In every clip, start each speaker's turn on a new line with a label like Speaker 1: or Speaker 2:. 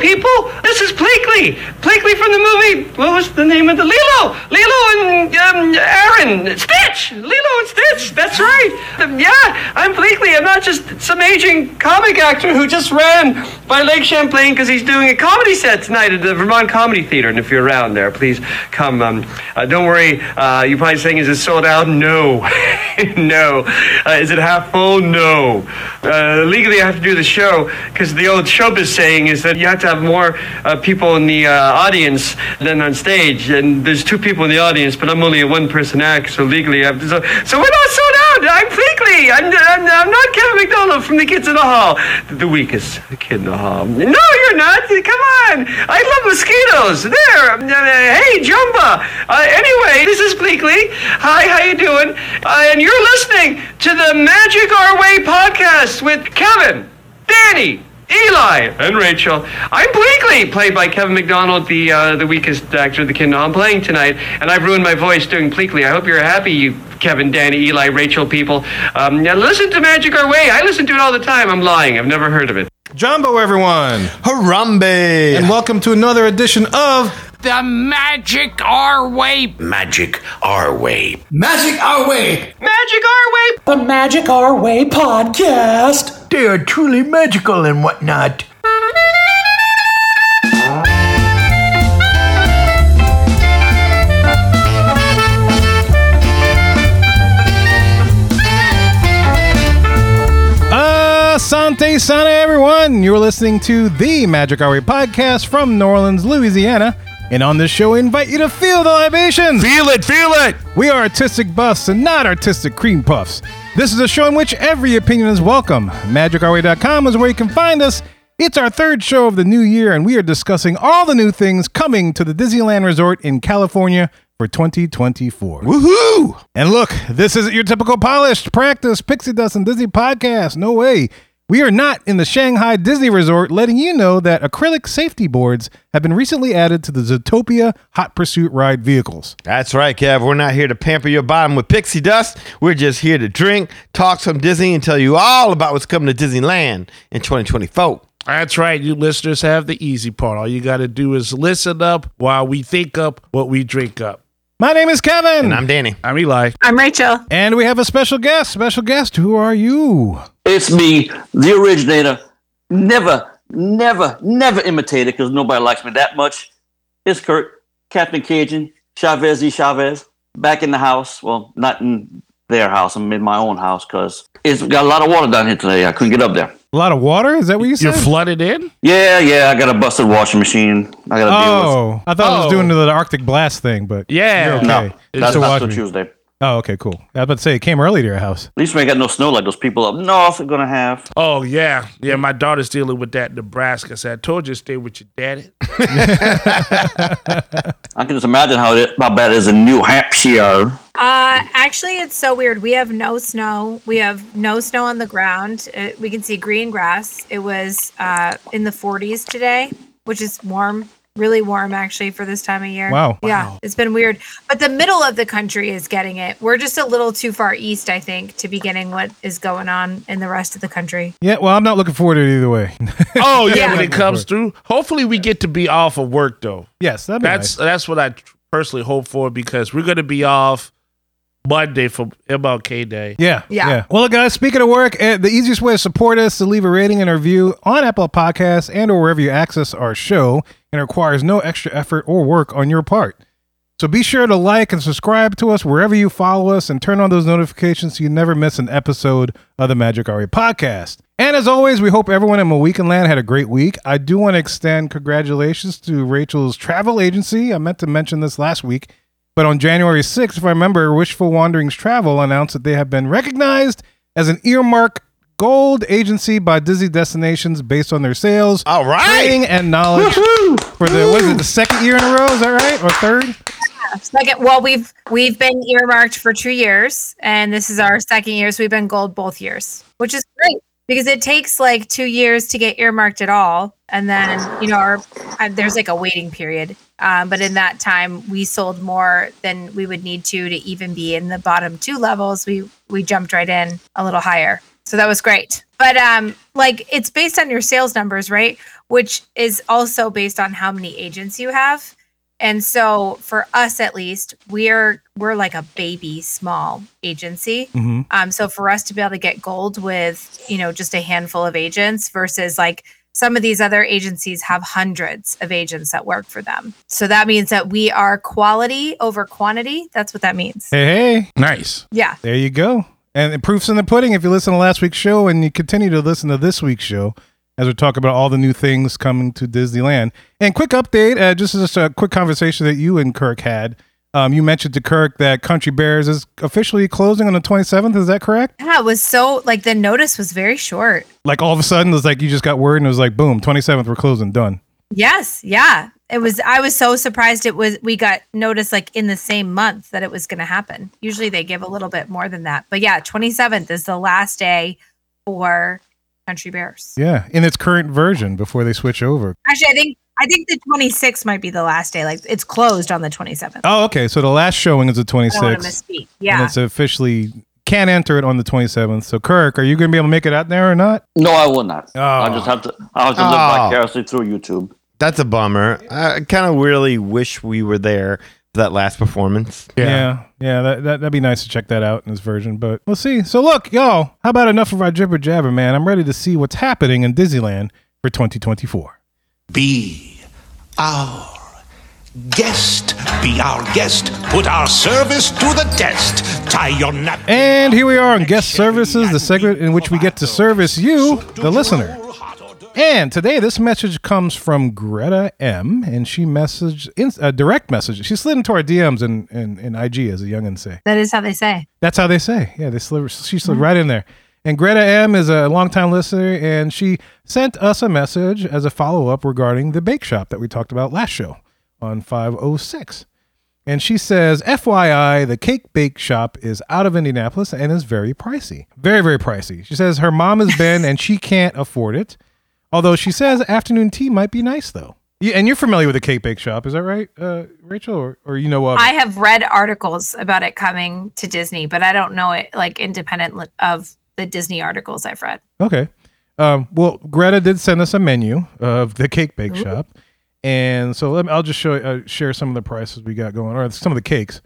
Speaker 1: people. This is Blakely. Blakely from the movie. What was the name of the Lilo? Lilo and um, Aaron. Stitch. Lilo and Stitch. That's right. Um, yeah, I'm Blakely. I'm not just some aging comic actor who just ran by Lake Champlain because he's doing a comedy set tonight at the Vermont Comedy Theater. And if you're around there, please come. Um, uh, don't worry. Uh, you're probably saying, is it sold out? No. no. Uh, is it half full? No. Uh, legally, I have to do the show because the old showbiz saying is that you have to have more uh, people in the uh, audience than on stage. And there's two people in the audience, but I'm only a one person act, so legally I have to. So, so we're not sold out. I'm Fleekley. I'm, I'm, I'm not Kevin McDonald from The Kids in the Hall. The weakest kid in the hall. No, you're not. Come on. I love mosquitoes. There. Uh, Hey, Jumba. Uh, anyway, this is Bleakley. Hi, how you doing? Uh, and you're listening to the Magic Our Way podcast with Kevin, Danny, Eli, and Rachel. I'm Bleakley, played by Kevin McDonald, the uh, the weakest actor of the kingdom. I'm playing tonight, and I've ruined my voice doing Bleakley. I hope you're happy, you Kevin, Danny, Eli, Rachel people. Um, now listen to Magic Our Way. I listen to it all the time. I'm lying. I've never heard of it.
Speaker 2: Jumbo, everyone,
Speaker 3: Harambe.
Speaker 2: and welcome to another edition of
Speaker 4: The magic our way.
Speaker 5: Magic our way.
Speaker 6: Magic Our Way,
Speaker 1: Magic Our Way
Speaker 6: the Magic Our Way podcast.
Speaker 7: They are truly magical and whatnot.
Speaker 2: Asante Sana, everyone. You're listening to the Magic Hour podcast from New Orleans, Louisiana. And on this show, we invite you to feel the libations.
Speaker 3: Feel it, feel it.
Speaker 2: We are artistic buffs and not artistic cream puffs. This is a show in which every opinion is welcome. MagicOurWay.com is where you can find us. It's our third show of the new year, and we are discussing all the new things coming to the Disneyland Resort in California for 2024.
Speaker 3: Woohoo!
Speaker 2: And look, this isn't your typical polished practice pixie dust and Disney podcast. No way. We are not in the Shanghai Disney Resort, letting you know that acrylic safety boards have been recently added to the Zootopia Hot Pursuit ride vehicles.
Speaker 3: That's right, Kev. We're not here to pamper your bottom with pixie dust. We're just here to drink, talk some Disney, and tell you all about what's coming to Disneyland in 2024.
Speaker 4: That's right, you listeners have the easy part. All you got to do is listen up while we think up what we drink up.
Speaker 2: My name is Kevin,
Speaker 3: And I'm Danny.
Speaker 4: I'm Eli.
Speaker 8: I'm Rachel.
Speaker 2: and we have a special guest. Special guest, who are you?
Speaker 9: It's me, the originator. Never, never, never imitated because nobody likes me that much. It's Kurt, Captain Cajun, Chavez E. Chavez, back in the house. Well, not in their house. I'm in my own house because it's got a lot of water down here today. I couldn't get up there.
Speaker 2: A lot of water? Is that what you
Speaker 4: You're
Speaker 2: said?
Speaker 4: flooded in?
Speaker 9: Yeah, yeah, I got a busted washing machine. I got to deal with.
Speaker 2: oh, I thought I was
Speaker 4: Oh.
Speaker 2: doing the, Arctic blast thing, but
Speaker 4: Yeah.
Speaker 2: You're okay.
Speaker 9: No, that's
Speaker 2: So
Speaker 9: not
Speaker 2: watch
Speaker 9: till
Speaker 2: me.
Speaker 9: Tuesday. At
Speaker 2: Oh, okay, cool. I was about to say it came early to your house.
Speaker 9: least we ain't got no snow like those people up north are gonna have.
Speaker 4: Oh, yeah. Yeah, my daughter's dealing with that in Nebraska. So I told you to stay with your daddy.
Speaker 9: I can just imagine how it, how bad it is in New Hampshire.
Speaker 8: Uh, actually, it's so weird. We have no snow. We have no snow on the ground. It, we can see green grass. It was uh, in the 40s today, which is warm, really warm actually for this time of year.
Speaker 2: Wow.
Speaker 8: Yeah, it's been weird. But the middle of the country is getting it. We're just a little too far east, I think, to be getting what is going on in the rest of the country.
Speaker 2: Yeah, well, I'm not looking forward to it either way.
Speaker 4: Oh, yeah, when
Speaker 8: Yeah.
Speaker 4: it comes through. Hopefully, we get to be off of work, though.
Speaker 2: yes, that'd be
Speaker 4: That's that's what I tr- personally hope for because we're going to be off Monday for MLK Day.
Speaker 2: Yeah,
Speaker 8: Yeah.
Speaker 2: Well, guys, speaking of work, uh, the easiest way to support us is to leave a rating and a review on Apple Podcasts and or wherever you access our show, and it requires no extra effort or work on your part. So be sure to like and subscribe to us wherever you follow us, and turn on those notifications so you never miss an episode of the Magic Ari Podcast. And as always, we hope everyone in Mohican Land had a great week. I do want to extend congratulations to Rachel's travel agency. I meant to mention this last week. But on January 6th, if I remember, Wishful Wanderings Travel announced that they have been recognized as an earmark gold agency by Disney Destinations based on their sales,
Speaker 3: All right.
Speaker 2: rating, and knowledge for the was it the second year in a row? Is that right or third?
Speaker 8: Second, well, we've we've been earmarked for two years, and this is our second year, so we've been gold both years, which is great because it takes like two years to get earmarked at all, and then you know, our, uh, there's like a waiting period. Um, but in that time, we sold more than we would need to to even be in the bottom two levels. We we jumped right in a little higher, So that was great. But um like it's based on your sales numbers, right? Which is also based on how many agents you have. And so for us at least, we're we're like a baby small agency.
Speaker 2: Mm-hmm.
Speaker 8: Um, so for us to be able to get gold with, you know, just a handful of agents versus like some of these other agencies have hundreds of agents that work for them. So that means that we are quality over quantity. That's what that means.
Speaker 2: Hey, hey,
Speaker 4: Nice.
Speaker 8: Yeah.
Speaker 2: there you go. And the proof's in the pudding. If you listen to last week's show and you continue to listen to this week's show, as we talk about all the new things coming to Disneyland. And quick update, uh, just just a quick conversation that you and Kirk had. Um, you mentioned to Kirk that Country Bears is officially closing on the 27th. Is that correct?
Speaker 8: Yeah, it was so like the notice was very short.
Speaker 2: Like all of a sudden, it was like you just got word and it was like, boom, 27th, we're closing, done.
Speaker 8: Yes, yeah. It was I was so surprised it was we got notice like in the same month that it was going to happen. Usually they give a little bit more than that. But yeah, 27th is the last day for Country Bears.
Speaker 2: Yeah, in its current version before they switch over.
Speaker 8: Actually, I think I think the 26th might be the last day. Like it's closed on the 27th.
Speaker 2: Oh, okay. So the last showing is the
Speaker 8: I don't want to
Speaker 2: 26th.
Speaker 8: misspeak.
Speaker 2: And
Speaker 8: Yeah.
Speaker 2: it's officially can't enter it on the 27th. So, Kirk, are you going to be able to make it out there or not?
Speaker 9: No, I will not. I'll
Speaker 2: Oh.
Speaker 9: just have to. I'll have to
Speaker 3: Oh.
Speaker 9: live vicariously through YouTube.
Speaker 3: That's a bummer. I kind of really wish we were there for that last performance.
Speaker 2: Yeah. Yeah. that, that, that'd be nice to check that out in this version, but we'll see. So, look, y'all, how about enough of our jibber jabber, man? I'm ready to see what's happening in Disneyland for 2024.
Speaker 5: Be our guest. Be our guest. Put our service to the test. Tie your knot.
Speaker 2: And here we are on Guest Services, the segment in which we get to service you, the listener. And today, this message comes from Greta M. And she messaged in, a direct message. She slid into our DMs and in, in, IG, as the youngins say.
Speaker 8: That is how they say.
Speaker 2: That's how they say. Yeah, they slid, she slid right in there. And Greta M is a longtime listener, and she sent us a message as a follow up regarding the bake shop that we talked about last show on 506. And she says, FYI, the cake bake shop is out of Indianapolis and is very pricey. Very, very pricey. She says her mom has been and she can't afford it. Although she says afternoon tea might be nice, though. Yeah, and you're familiar with the cake bake shop, is that right, uh, Rachel? Or, or you know of? it?
Speaker 8: I have read articles about it coming to Disney, but I don't know it like independent li- of the Disney articles I've read.
Speaker 2: Okay. Um, well, Greta did send us a menu of the cake bake shop, and so let me, I'll just show uh, share some of the prices we got going, or some of the cakes.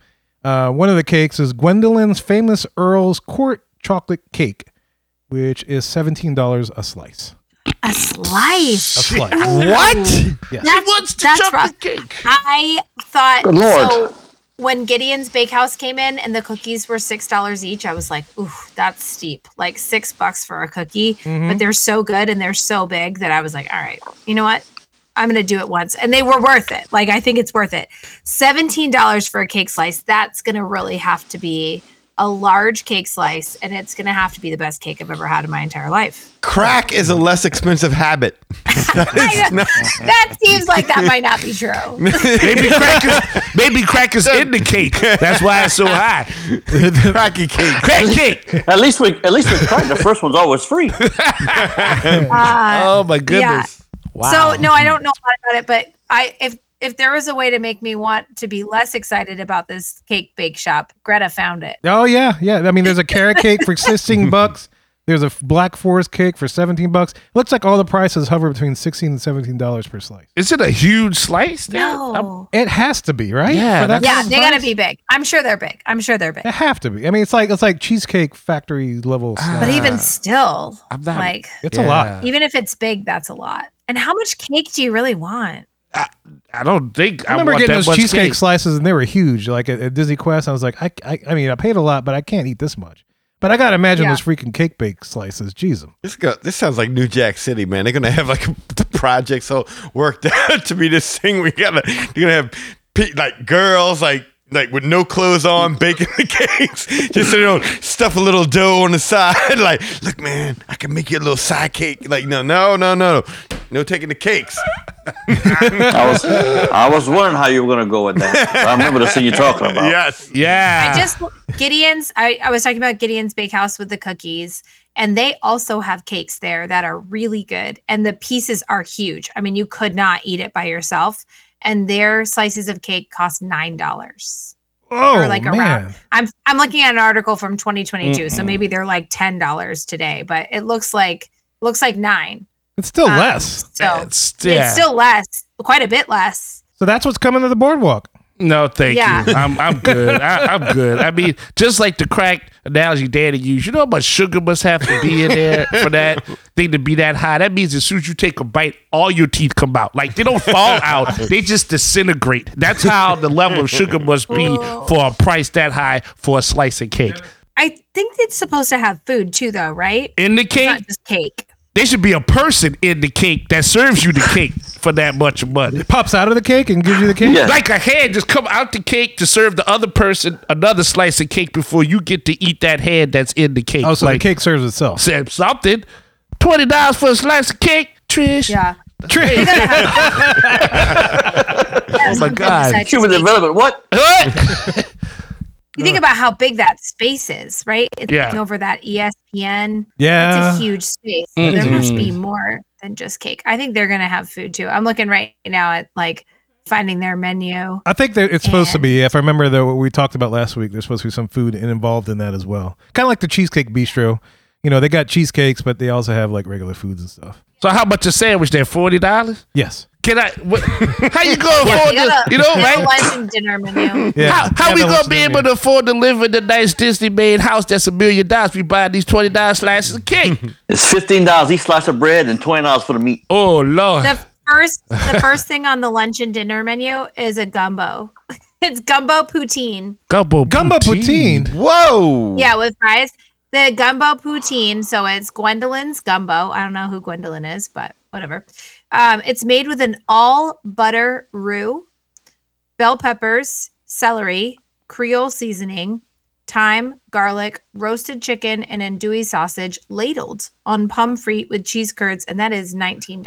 Speaker 2: Uh, one of the cakes is Gwendolyn's famous Earl's Court chocolate cake, which is seventeen dollars a slice.
Speaker 8: A slice. Oh.
Speaker 2: A slice.
Speaker 3: What?
Speaker 8: That's, that's rough. I thought
Speaker 9: Good lord.
Speaker 8: so when Gideon's Bakehouse came in and the cookies were six dollars each, I was like, ooh, that's steep. Like six bucks for a cookie.
Speaker 2: Mm-hmm.
Speaker 8: But they're so good and they're so big that I was like, all right, you know what? I'm gonna do it once. And they were worth it. Like I think it's worth it. Seventeen dollars for a cake slice, that's gonna really have to be a large cake slice, and it's gonna have to be the best cake I've ever had in my entire life.
Speaker 3: Crack is a less expensive habit.
Speaker 8: I know. that seems like that might not be true.
Speaker 4: Baby crackers, baby crackers in the cake. That's why it's so high.
Speaker 3: Cracky cake.
Speaker 4: Crack cake.
Speaker 9: At least we, at least we tried. The first one's always free.
Speaker 8: Uh,
Speaker 4: Oh my goodness.
Speaker 8: So no, I don't know a lot about it, but I if if there was a way to make me want to be less excited about this cake bake shop, Greta found it.
Speaker 2: Oh yeah, yeah. I mean, there's a carrot cake for sixteen bucks. There's a f- black forest cake for seventeen bucks. Looks like all the prices hover between sixteen and seventeen dollars per slice.
Speaker 4: Is it a huge slice? there? I'm-
Speaker 8: No.
Speaker 2: It has to be right.
Speaker 4: Yeah,
Speaker 2: For that
Speaker 8: Yeah,
Speaker 2: kind of
Speaker 8: they gotta
Speaker 2: price?
Speaker 8: be big. I'm sure they're big. I'm sure they're big.
Speaker 2: They have to be. I mean, it's like it's like cheesecake factory level. stuff.
Speaker 8: Ah, But even still,
Speaker 4: I'm not-
Speaker 8: like
Speaker 2: it's a
Speaker 4: Yeah.
Speaker 2: lot.
Speaker 8: even if it's big, that's a lot. And how much cake do you really want?
Speaker 4: I don't think
Speaker 2: I remember
Speaker 4: want
Speaker 2: getting
Speaker 4: that
Speaker 2: those
Speaker 4: much
Speaker 2: cheesecake
Speaker 4: cake.
Speaker 2: slices, and they were huge. Like at, at Disney Quest, I was like, I, I, I mean, I paid a lot, but I can't eat this much. But I gotta imagine
Speaker 8: Yeah.
Speaker 2: those freaking cake bake slices. Jeez,
Speaker 3: This go, this sounds like New Jack City, man. They're gonna have like the projects so worked out to be this thing. We gotta you're gonna have pe- like girls like like with no clothes on baking the cakes, just sitting on stuff a little dough on the side. Like, look, man, I can make you a little side cake. Like, no, no, no, no, no, no taking the cakes.
Speaker 9: I was, I was wondering how you were gonna go with that. I remember the scene you're talking about.
Speaker 3: Yes,
Speaker 4: Yeah.
Speaker 2: Ah.
Speaker 8: I just Gideon's. I, I was talking about Gideon's Bakehouse with the cookies, and they also have cakes there that are really good, and the pieces are huge. I mean, you could not eat it by yourself, and their slices of cake cost nine dollars.
Speaker 2: Oh,
Speaker 8: or like
Speaker 2: man.
Speaker 8: around. I'm I'm looking at an article from 2022, so maybe they're like ten dollars today, but it looks like looks like nine.
Speaker 2: It's still
Speaker 8: Um,
Speaker 2: less.
Speaker 8: So
Speaker 4: It's,
Speaker 8: it's still less, quite a bit less.
Speaker 2: So that's what's coming to the boardwalk.
Speaker 4: No, thank
Speaker 8: Yeah.
Speaker 4: you. I'm I'm good. I, I'm good. I mean, just like the crack analogy Danny used, you know how much sugar must have to be in there for that thing to be that high. That means as soon as you take a bite, all your teeth come out. Like they don't fall out; they just disintegrate. That's how the level of sugar must be
Speaker 8: Oh.
Speaker 4: for a price that high for a slice of cake.
Speaker 8: I think it's supposed to have food too, though, right?
Speaker 4: In the cake,
Speaker 8: Not just cake.
Speaker 4: there should be a person in the cake that serves you the cake for that much money.
Speaker 2: Pops out of the cake and gives you the cake.
Speaker 9: Yeah.
Speaker 4: like a hand just come out the cake to serve the other person another slice of cake before you get to eat that hand that's in the cake.
Speaker 2: Oh, so
Speaker 4: like
Speaker 2: the cake serves itself.
Speaker 4: said something. Twenty dollars for a slice of cake, Trish.
Speaker 8: Yeah.
Speaker 2: Trish.
Speaker 8: oh
Speaker 4: my God.
Speaker 9: Human development. What?
Speaker 4: What?
Speaker 8: You think about how big that space is, right? It's
Speaker 4: Yeah.
Speaker 8: looking over that E ESPN.
Speaker 2: Yeah.
Speaker 8: It's a huge space. So There must be
Speaker 9: Mm-hmm.
Speaker 8: more than just cake. I think they're going to have food too. I'm looking right now at like finding their menu.
Speaker 2: I think that it's supposed to be. If I remember though, what we talked about last week, there's supposed to be some food in- involved in that as well. Kind of like the cheesecake bistro. You know, they got cheesecakes, but they also have like regular foods and stuff.
Speaker 4: so how much a sandwich there? Forty dollars?
Speaker 2: Yes.
Speaker 4: Can I what, how you gonna afford
Speaker 8: They got
Speaker 4: the
Speaker 8: a-
Speaker 4: Oh, you know,
Speaker 8: they got a
Speaker 4: right?
Speaker 8: lunch and dinner menu.
Speaker 2: Yeah.
Speaker 4: How, how
Speaker 2: Yeah,
Speaker 4: we
Speaker 2: that
Speaker 4: gonna
Speaker 2: was
Speaker 4: be
Speaker 2: the
Speaker 4: able
Speaker 2: menu.
Speaker 4: to afford to live in the nice Disney made house that's a million dollars? We buying these twenty dollars slices of cake.
Speaker 9: It's fifteen dollars each slice of bread and twenty dollars for the meat.
Speaker 4: oh Lord.
Speaker 8: The first, the first thing on the lunch and dinner menu is a gumbo. It's gumbo poutine.
Speaker 4: Gumbo
Speaker 2: Gumbo poutine.
Speaker 3: Whoa.
Speaker 8: Yeah, with fries. The gumbo poutine. So it's Gwendolyn's gumbo. I don't know who Gwendolyn is, but whatever. Um, it's made with an all butter roux, bell peppers, celery, Creole seasoning, thyme, garlic, roasted chicken, and andouille sausage ladled on pomme frite with cheese curds. And that is $19.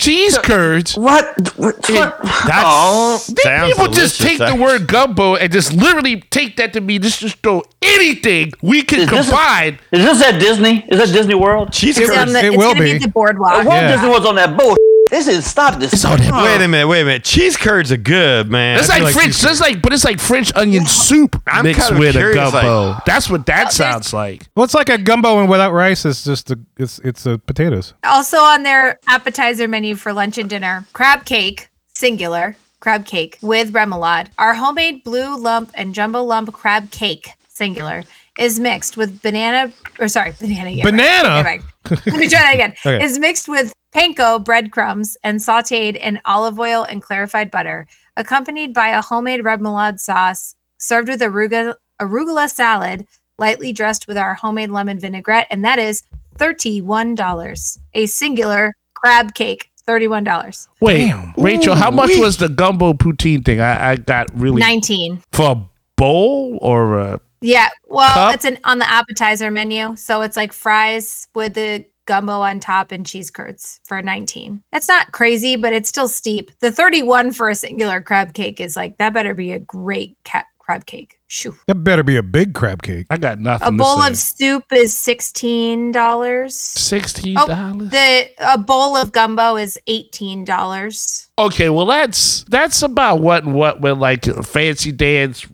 Speaker 4: Cheese curds.
Speaker 9: What? What? what?
Speaker 3: That
Speaker 9: Oh.
Speaker 3: sounds
Speaker 4: These people
Speaker 3: delicious,
Speaker 4: just take the
Speaker 3: actually.
Speaker 4: word gumbo and just literally take that to mean just just throw anything we can
Speaker 9: Is this a-
Speaker 4: combine.
Speaker 9: Is this at Disney? Is that Disney World?
Speaker 3: Cheese
Speaker 8: It's, on
Speaker 3: curds.
Speaker 8: the,
Speaker 2: it
Speaker 8: it's
Speaker 2: will
Speaker 8: going to be
Speaker 2: be.
Speaker 8: the boardwalk.
Speaker 9: Walt
Speaker 2: Yeah.
Speaker 9: Disney was on that bull. This is stop this.
Speaker 3: Wait a minute. Wait a minute. Cheese curds are good, man.
Speaker 4: It's
Speaker 3: I
Speaker 4: like,
Speaker 3: feel
Speaker 4: French. It's like, but it's like French onion soup
Speaker 3: I'm
Speaker 4: mixed
Speaker 3: kinda
Speaker 4: with
Speaker 3: curious,
Speaker 4: a
Speaker 3: like-
Speaker 4: gumbo. That's what that
Speaker 8: there's-
Speaker 4: sounds like.
Speaker 2: Well, it's like a gumbo and without rice, it's just the it's it's the potatoes.
Speaker 8: Also on their appetizer menu for lunch and dinner, crab cake, singular, crab cake with remoulade. Our homemade blue lump and jumbo lump crab cake, singular, is mixed with banana or sorry, banana. yeah, right.
Speaker 2: Banana?
Speaker 8: Right. Let me try that again.
Speaker 2: Okay.
Speaker 8: Is mixed with panko breadcrumbs and sauteed in olive oil and clarified butter, accompanied by a homemade remoulade sauce, served with arugula, arugula salad, lightly dressed with our homemade lemon vinaigrette, and that is $31. A singular crab cake, $31.
Speaker 4: Wait,
Speaker 2: Damn.
Speaker 4: Rachel, how much was the gumbo poutine thing? I, I got really
Speaker 8: 19.
Speaker 4: for a bowl or a
Speaker 8: Yeah. Well,
Speaker 4: Cup?
Speaker 8: it's an on the appetizer menu, so it's like fries with the gumbo on top and cheese curds for 19. That's not crazy, but it's still steep. The 31 for a singular crab cake is like that better be a great cat crab cake. Shoo.
Speaker 2: That better be a big crab cake.
Speaker 4: I got nothing.
Speaker 8: A
Speaker 4: to
Speaker 8: bowl
Speaker 4: say.
Speaker 8: of soup is $16.
Speaker 4: sixteen
Speaker 8: Oh,
Speaker 4: dollars.
Speaker 8: The a bowl of gumbo is $18.
Speaker 4: Okay, well that's that's about what what when like fancy dance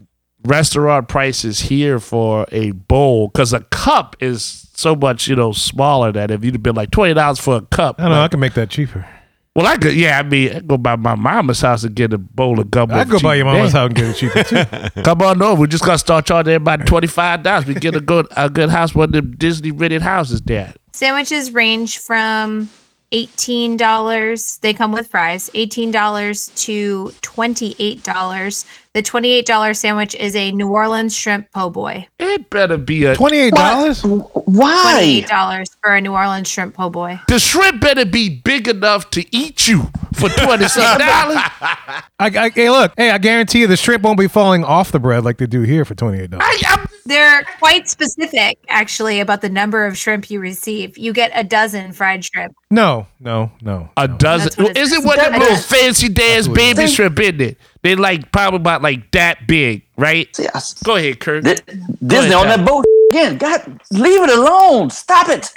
Speaker 4: restaurant prices here for a bowl because a cup is so much you know smaller that if you'd been like twenty dollars for a cup.
Speaker 2: I don't know. I
Speaker 4: like-
Speaker 2: can make that cheaper.
Speaker 4: well, I could yeah, I mean I'd go by my mama's house and get a bowl of gumbo.
Speaker 2: I go
Speaker 4: cheap
Speaker 2: by your mama's
Speaker 4: then.
Speaker 2: house and get it cheaper too.
Speaker 4: Come on over. We're just gonna start charging everybody twenty five dollars. We get a good a good house, one of them Disney rented houses there.
Speaker 8: Sandwiches range from eighteen dollars. They come with fries. Eighteen dollars to twenty-eight dollars. The twenty-eight dollar sandwich is a New Orleans shrimp po' boy.
Speaker 4: It better be a
Speaker 2: Twenty eight dollars.
Speaker 9: Why?
Speaker 8: Twenty-eight dollars for a New Orleans shrimp po' boy.
Speaker 4: the shrimp better be big enough to eat you for twenty some dollars.
Speaker 2: I, I, hey, look. Hey, I guarantee you the shrimp won't be falling off the bread like they do here for twenty eight dollars.
Speaker 4: I, I'm
Speaker 8: They're quite specific, actually, about the number of shrimp you receive. You get a dozen fried shrimp.
Speaker 2: No, no, no.
Speaker 4: A dozen.
Speaker 8: That's what
Speaker 4: Well,
Speaker 8: it
Speaker 4: is it
Speaker 8: says.
Speaker 4: one of them
Speaker 8: That-
Speaker 4: little
Speaker 8: that-
Speaker 4: fancy dance
Speaker 2: Absolutely.
Speaker 4: baby shrimp in it? They like probably about like that big, right?
Speaker 9: Yes.
Speaker 4: Go ahead, Kirk.
Speaker 9: Di- Disney on
Speaker 4: Tyler.
Speaker 9: that boat again. God, leave it alone. Stop it.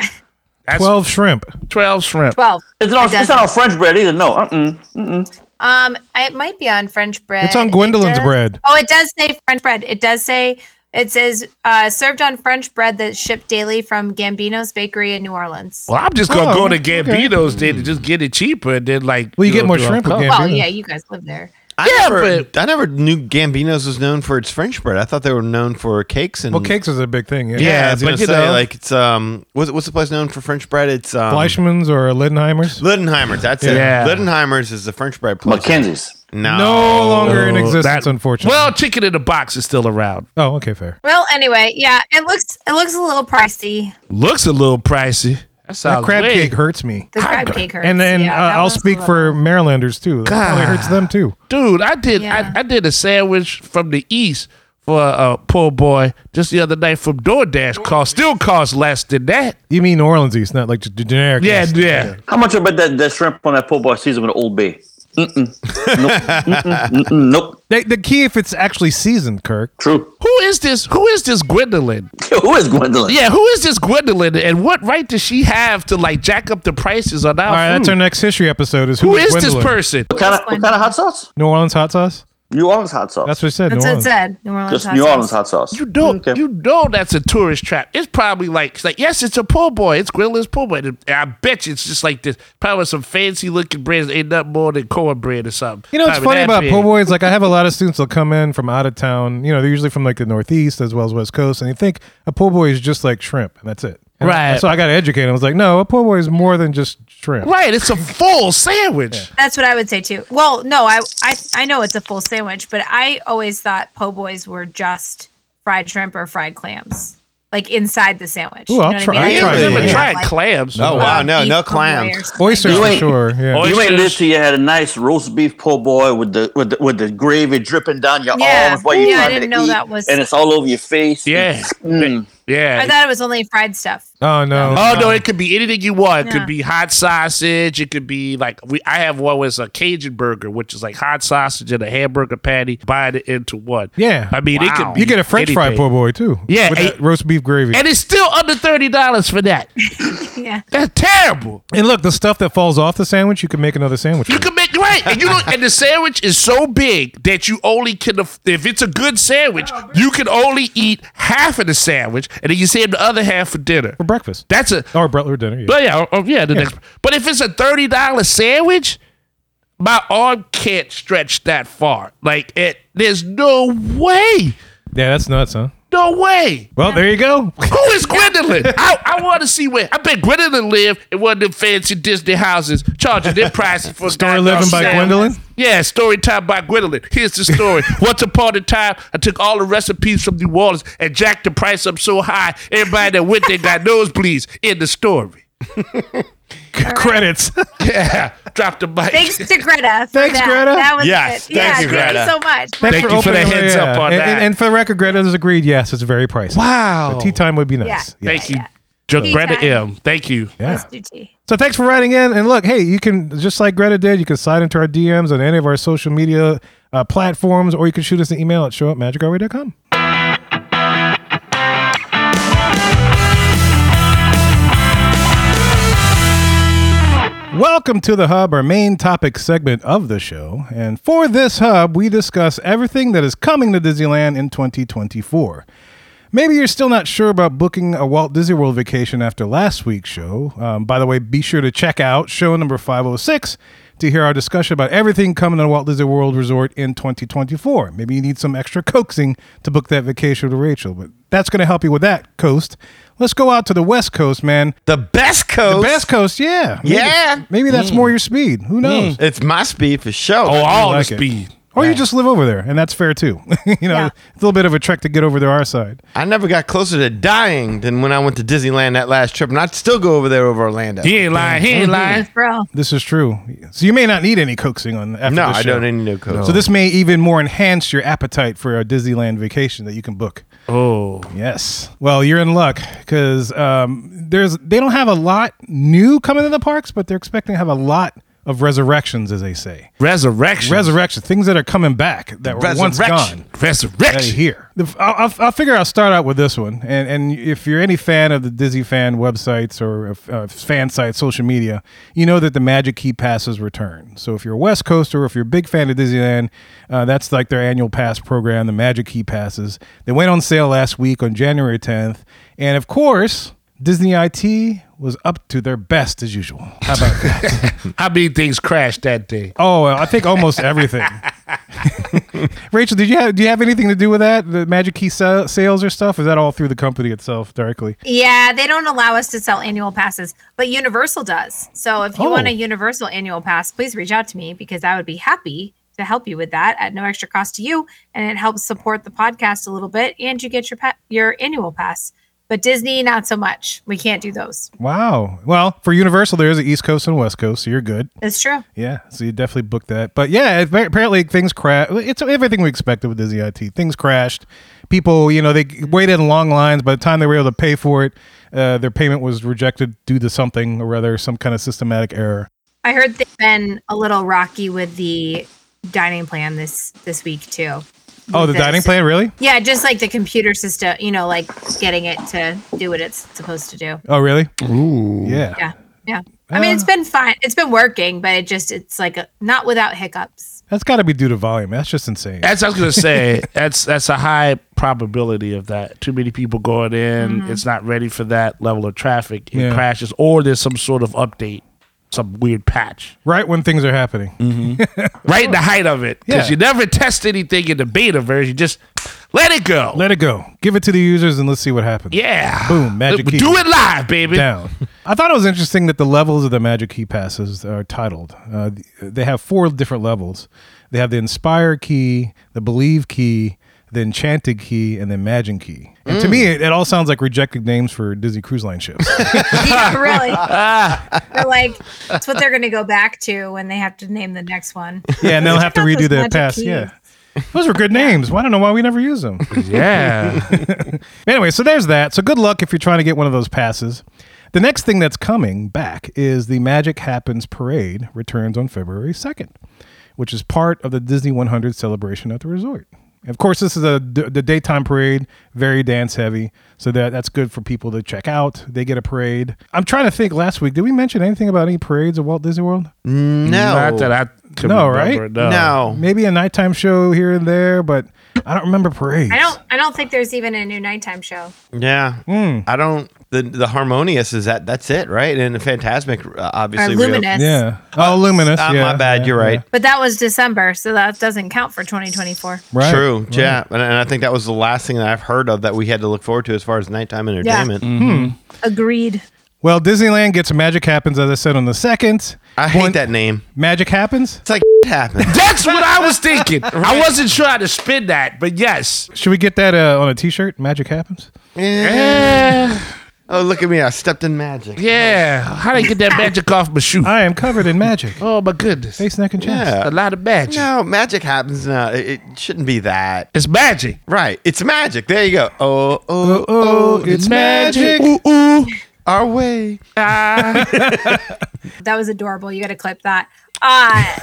Speaker 4: That's
Speaker 2: Twelve shrimp.
Speaker 4: 12 shrimp.
Speaker 8: Twelve.
Speaker 9: It's not,
Speaker 8: A
Speaker 9: it's not on French bread either. No. Uh-uh.
Speaker 8: Um, it might be on French bread.
Speaker 2: It's on
Speaker 8: It
Speaker 2: Gwendolyn's
Speaker 8: does-
Speaker 2: bread.
Speaker 8: Oh, it does say French bread. It does say it says uh, served on French bread that's shipped daily from Gambino's Bakery in New Orleans.
Speaker 4: Well, I'm just gonna
Speaker 2: Oh,
Speaker 4: go to
Speaker 2: okay. Hmm.
Speaker 4: Gambino's then to just get it cheaper and then like.
Speaker 2: Well, you get
Speaker 4: know,
Speaker 2: more
Speaker 4: do our
Speaker 2: shrimp
Speaker 4: coke.
Speaker 2: again.
Speaker 8: Well,
Speaker 2: Gambino.
Speaker 8: yeah, you guys live there.
Speaker 3: I
Speaker 4: Yeah,
Speaker 3: never, I never knew Gambino's was known for its French bread. I thought they were known for cakes and
Speaker 2: Well, cakes is a big thing. Yeah.
Speaker 3: Yeah, I
Speaker 4: Yeah,
Speaker 3: was
Speaker 4: but
Speaker 3: gonna
Speaker 4: you
Speaker 3: say,
Speaker 4: know.
Speaker 3: like it's um, what's, what's the place known for French bread? It's um,
Speaker 2: Fleischmann's or Lidenheimer's.
Speaker 3: Lidenheimer's. That's
Speaker 4: Yeah.
Speaker 3: it. Lidenheimer's is the French bread place.
Speaker 9: Mackenzie's.
Speaker 3: No,
Speaker 2: No longer in
Speaker 4: Oh,
Speaker 2: existence,
Speaker 4: that-
Speaker 2: unfortunately.
Speaker 4: Well, chicken in a box is still around.
Speaker 2: oh, okay, fair.
Speaker 8: Well, anyway, yeah, it looks it looks a little pricey.
Speaker 4: Looks a little pricey. That
Speaker 2: That
Speaker 4: sounds
Speaker 2: crab
Speaker 4: way-
Speaker 2: cake hurts me.
Speaker 8: The crab cake hurts.
Speaker 2: And then
Speaker 8: Yeah,
Speaker 2: uh,
Speaker 8: that
Speaker 2: I'll
Speaker 8: one's a
Speaker 2: speak
Speaker 8: little-
Speaker 2: for Marylanders too. It probably hurts them too.
Speaker 4: dude. I did.
Speaker 8: Yeah.
Speaker 4: I, I did a sandwich from the east for a poor boy just the other night from DoorDash. Cost still cost less than that.
Speaker 2: You mean New Orleans East, not like g- generic.
Speaker 4: Yeah,
Speaker 2: East.
Speaker 4: yeah.
Speaker 9: How much about that, that shrimp on that po' boy season with Old Bay? Mm-mm. Nope. Mm-mm. Mm-mm. Nope.
Speaker 2: The, the key if it's actually seasoned, Kirk.
Speaker 9: True.
Speaker 4: Who is this? Who is this Gwendolyn?
Speaker 9: Who is Gwendolyn?
Speaker 4: Yeah, who is this Gwendolyn? And what right does she have to like jack up the prices on our
Speaker 2: All right,
Speaker 4: food?
Speaker 2: that's our next history episode. Is who,
Speaker 4: Hmm. who is this
Speaker 2: Gwendolyn?
Speaker 4: person?
Speaker 9: What kind, of, what kind of hot sauce?
Speaker 2: New Orleans hot sauce.
Speaker 9: New Orleans hot sauce.
Speaker 2: That's what I said.
Speaker 8: That's
Speaker 2: New
Speaker 8: what it
Speaker 2: Orleans.
Speaker 8: said. New Orleans.
Speaker 9: Just
Speaker 8: hot
Speaker 9: New
Speaker 8: sauce.
Speaker 9: Orleans hot sauce.
Speaker 4: You know,
Speaker 9: Okay.
Speaker 4: you know that's a tourist trap. It's probably like, it's like yes, it's a poor boy. It's Gwendolyn's poor boy. And I bet you it's just like this. Probably some fancy looking bread. Ain't nothing more than cornbread or something.
Speaker 2: You know what's
Speaker 4: Probably
Speaker 2: funny
Speaker 4: that
Speaker 2: about
Speaker 4: big.
Speaker 2: po' boys? Like I have a lot of students that come in from out of town. You know, they're usually from like the Northeast as well as West Coast, and they think a po' boy is just like shrimp, and that's it. And
Speaker 4: Right.
Speaker 2: So I got to educate them. I was like, no, a po' boy is more than just shrimp.
Speaker 4: Right, it's a full sandwich.
Speaker 8: That's what I would say too. Well, no, I I, I know it's a full sandwich, but I always thought po' boys were just fried shrimp or fried clams, like inside the sandwich.
Speaker 2: Ooh, I'll
Speaker 8: what
Speaker 2: try- I'll
Speaker 8: mean?
Speaker 2: try
Speaker 4: I've
Speaker 2: it,
Speaker 4: never
Speaker 2: yeah.
Speaker 4: tried
Speaker 8: Like,
Speaker 4: clams.
Speaker 3: Oh, wow. no,
Speaker 8: beef
Speaker 3: no
Speaker 8: po' boy
Speaker 3: clams.
Speaker 8: or something.
Speaker 2: Oysters
Speaker 9: You
Speaker 2: for
Speaker 9: ain't-
Speaker 2: sure. Yeah.
Speaker 4: Oy-
Speaker 9: You ain't
Speaker 4: Oysters.
Speaker 9: lived till you had a nice roast beef po' boy with the with the, with the gravy dripping down your
Speaker 8: Yeah.
Speaker 9: arms while you
Speaker 8: Yeah, I
Speaker 9: trying
Speaker 8: didn't
Speaker 9: to
Speaker 8: know
Speaker 9: eat,
Speaker 8: that was-
Speaker 9: and it's all over your face.
Speaker 4: Yeah.
Speaker 9: Mm.
Speaker 8: I
Speaker 4: Yeah.
Speaker 8: thought it was only fried stuff.
Speaker 2: Oh no.
Speaker 4: Oh no! It could be anything you want. It
Speaker 8: Yeah.
Speaker 4: could be hot sausage. It could be like we. I have one was a Cajun burger, which is like hot sausage and a hamburger patty, bind it into one.
Speaker 2: Yeah.
Speaker 4: I mean it
Speaker 2: Wow.
Speaker 4: could. Be
Speaker 2: You get a French
Speaker 4: anything.
Speaker 2: fry po' boy too.
Speaker 4: Yeah,
Speaker 2: With
Speaker 4: and-
Speaker 2: that roast beef gravy.
Speaker 4: and it's still under thirty dollars for that.
Speaker 8: Yeah.
Speaker 4: That's terrible.
Speaker 2: And look, the stuff that falls off the sandwich, you can make another sandwich.
Speaker 4: You
Speaker 2: with.
Speaker 4: can make right, and you look, and the sandwich is so big that you only can. aff- If it's a good sandwich, you can only eat half of the sandwich, and then you save the other half for dinner.
Speaker 2: for breakfast.
Speaker 4: That's a
Speaker 2: Or bre- or dinner. Yeah.
Speaker 4: But yeah, or, or- yeah, the next. But if it's a thirty dollar sandwich, my arm can't stretch that far. Like it, there's no way,
Speaker 2: yeah, that's nuts, huh?
Speaker 4: no way.
Speaker 2: Well, there you go.
Speaker 4: Who is Gwendolyn? I, I want to see where. I bet Gwendolyn live in one of them fancy Disney houses, charging their prices for
Speaker 2: Story living by Gwendolyn.
Speaker 4: Yeah, story time by Gwendolyn. Here's the story. Once upon a time, I took all the recipes from New Orleans and jacked the price up so high, everybody that went there got nosebleeds. In the story.
Speaker 2: Credits.
Speaker 4: Yeah, drop the mic.
Speaker 8: Thanks to Greta. For
Speaker 2: Thanks,
Speaker 8: that.
Speaker 2: Greta.
Speaker 8: That was
Speaker 3: Yes,
Speaker 8: good.
Speaker 3: thank
Speaker 8: yeah,
Speaker 3: you,
Speaker 8: Thank
Speaker 3: Greta.
Speaker 8: you so much.
Speaker 4: Thank you for the
Speaker 2: opening up-
Speaker 4: heads up on
Speaker 2: and,
Speaker 4: that.
Speaker 2: And, and for the record, Greta has agreed. Yes, it's very pricey.
Speaker 4: Wow.
Speaker 2: But tea time would be nice.
Speaker 8: Yeah.
Speaker 2: Yeah.
Speaker 4: Thank you. Jo-
Speaker 8: Tea
Speaker 4: Greta
Speaker 8: time.
Speaker 4: M. Thank you.
Speaker 2: Yeah.
Speaker 8: Let's do tea.
Speaker 2: So thanks for writing in. And look, hey, you can just like Greta did, you can slide into our DMs on any of our social media uh, platforms, or you can shoot us an email at show at magicarway.com. Welcome to the Hub, our main topic segment of the show. And for this Hub, we discuss everything that is coming to Disneyland in 2024. Maybe you're still not sure about booking a Walt Disney World vacation after last week's show. Um, by the way, be sure to check out show number 506 to hear our discussion about everything coming to Walt Disney World Resort in 2024. Maybe you need some extra coaxing to book that vacation to Rachel, but that's going to help you with that coast. Let's go out to the West Coast, man.
Speaker 3: the best coat.
Speaker 2: The West Coast, yeah. Maybe-
Speaker 3: Yeah.
Speaker 2: Maybe that's more your speed. Who knows?
Speaker 3: It's my speed for sure.
Speaker 4: Oh, all
Speaker 2: like
Speaker 4: the
Speaker 2: it.
Speaker 4: speed.
Speaker 2: Or you just live over there, and that's fair too. you know,
Speaker 8: Yeah.
Speaker 2: it's a little bit of a trek to get over to our side.
Speaker 3: I never got closer to dying than when I went to Disneyland that last trip, and I'd still go over there over Orlando.
Speaker 4: He ain't lying. He ain't lying.
Speaker 8: Bro.
Speaker 2: This is true. So you may not need any coaxing on after
Speaker 3: No,
Speaker 2: this
Speaker 3: I
Speaker 2: show.
Speaker 3: don't need no coat.
Speaker 2: So this may even more enhance your appetite for a Disneyland vacation that you can book.
Speaker 4: Oh.
Speaker 2: Yes. Well, you're in luck because um, there's they don't have a lot new coming to the parks, but they're expecting to have a lot of resurrections, as they say.
Speaker 4: Resurrection.
Speaker 2: Resurrection, things that are coming back that were once
Speaker 3: Resurrection.
Speaker 2: gone. that are
Speaker 4: Resurrection.
Speaker 2: here. The- I'll, I'll, I'll figure I'll start out with this one. And and if you're any fan of the Disney fan websites or of, uh, fan sites, social media, you know that the Magic Key passes return. So if you're a West Coaster or if you're a big fan of Disneyland, uh, that's like their annual pass program, the Magic Key passes. They went on sale last week on January 10th. And of course, Disney IT was up to their best as usual. How about that?
Speaker 4: How many things crashed that day?
Speaker 2: Oh, well, I think almost everything. Rachel, did you have do you have anything to do with that? The Magic Key sa- sales or stuff? Is that all through the company itself directly?
Speaker 8: Yeah, they don't allow us to sell annual passes, but Universal does. So if you
Speaker 2: Oh.
Speaker 8: want a Universal annual pass, please reach out to me because I would be happy to help you with that at no extra cost to you, and it helps support the podcast a little bit, and you get your pa- your annual pass. But Disney, not so much. We can't do those.
Speaker 2: Wow. Well, for Universal, there is an East Coast and West Coast, so you're good.
Speaker 8: It's true.
Speaker 2: Yeah, so you definitely booked that. But yeah, it- apparently things crashed. It's everything we expected with Disney IT. Things crashed. People, you know, they waited in long lines. By the time they were able to pay for it, uh, their payment was rejected due to something or rather some kind of systematic error.
Speaker 8: I heard they've been a little rocky with the dining plan this this week too.
Speaker 2: Oh, the
Speaker 8: With
Speaker 2: dining
Speaker 8: this-
Speaker 2: plan, really?
Speaker 8: Yeah, just like the computer system, you know, like getting it to do what it's supposed to do.
Speaker 2: Oh, really?
Speaker 4: Ooh.
Speaker 2: Yeah.
Speaker 8: Yeah. Yeah. I mean, it's been fine. It's been working, but it just, it's like a, not without hiccups.
Speaker 2: That's got to be due to volume. That's just insane.
Speaker 4: That's I was gonna say. that's that's a high probability of that. Too many people going in. It's not ready for that level of traffic. It
Speaker 2: Yeah.
Speaker 4: crashes, or there's some sort of update, some weird patch,
Speaker 2: right when things are happening.
Speaker 4: right in the height of it. Because
Speaker 2: Yeah.
Speaker 4: you never test anything in the beta version. You just let it go.
Speaker 2: Let it go. Give it to the users and let's see what happens.
Speaker 4: yeah.
Speaker 2: Boom, magic
Speaker 4: Do
Speaker 2: key.
Speaker 4: it live, baby.
Speaker 2: Down. I thought it was interesting that the levels of the Magic Key passes are titled. Uh, th- they have four different levels. They have the Inspire Key, the Believe Key, the Enchanted Key, and the Imagine Key. And to me, it, it all sounds like rejected names for Disney cruise line ships.
Speaker 8: yeah, really. they're like, it's what they're going to go back to when they have to name the next one.
Speaker 2: yeah, and they'll have to
Speaker 8: Not
Speaker 2: redo
Speaker 8: those
Speaker 2: the
Speaker 8: magic
Speaker 2: pass.
Speaker 8: keys.
Speaker 2: Yeah. Those were good names. Well, I don't know why we never use them.
Speaker 4: Yeah.
Speaker 2: Anyway, so there's that. So good luck if you're trying to get one of those passes. The next thing that's coming back is the Magic Happens Parade returns on February 2nd, which is part of the Disney 100 celebration at the resort. Of course, this is a d- the daytime parade, very dance heavy, so that that's good for people to check out. They get a parade. I'm trying to think. Last week, did we mention anything about any parades at Walt Disney World?
Speaker 3: Mm-hmm.
Speaker 4: Not that
Speaker 3: No.
Speaker 4: I could
Speaker 2: Oh. No,
Speaker 4: remember,
Speaker 2: right?
Speaker 4: No.
Speaker 3: No.
Speaker 2: Maybe a nighttime show here and there, but I don't remember parades.
Speaker 8: I don't, I don't think there's even a new nighttime show.
Speaker 3: Yeah.
Speaker 4: Hmm.
Speaker 3: I don't. The, the harmonious is that that's it right and the phantasmic uh,
Speaker 8: Or
Speaker 3: obviously real-
Speaker 8: Luminous.
Speaker 2: Yeah. Oh, luminous.
Speaker 3: Ah,
Speaker 2: yeah,
Speaker 3: my bad
Speaker 2: yeah,
Speaker 3: you're
Speaker 2: yeah.
Speaker 3: right
Speaker 8: But that was December, so that doesn't count for 2024.
Speaker 2: Right.
Speaker 3: True. Yeah. And, and I think that was the last thing that I've heard of that we had to look forward to as far as nighttime entertainment.
Speaker 2: Mm.
Speaker 8: Agreed.
Speaker 2: Well, Disneyland gets Magic Happens, as I said, on the second.
Speaker 3: I hate
Speaker 2: One-
Speaker 3: that name.
Speaker 2: Magic Happens?
Speaker 3: It's like happened.
Speaker 4: That's what I was thinking. I wasn't trying to spin that, but yes.
Speaker 2: Should we get that uh, on a t shirt? Magic Happens?
Speaker 4: Yeah.
Speaker 3: oh, look at me. I stepped in magic.
Speaker 4: Yeah. How did I get that magic off my shoe?
Speaker 2: I am covered in magic.
Speaker 4: Oh my goodness.
Speaker 2: Face, neck, and chest.
Speaker 3: Yeah.
Speaker 4: A lot of magic.
Speaker 3: No, magic happens now. It, it shouldn't be that.
Speaker 4: It's magic.
Speaker 3: Right. It's magic. There you go. Oh, oh,
Speaker 2: Oh, oh, it's magic.
Speaker 4: Ooh, ooh.
Speaker 3: our way.
Speaker 4: Ah.
Speaker 8: That was adorable. You got to clip that. Uh,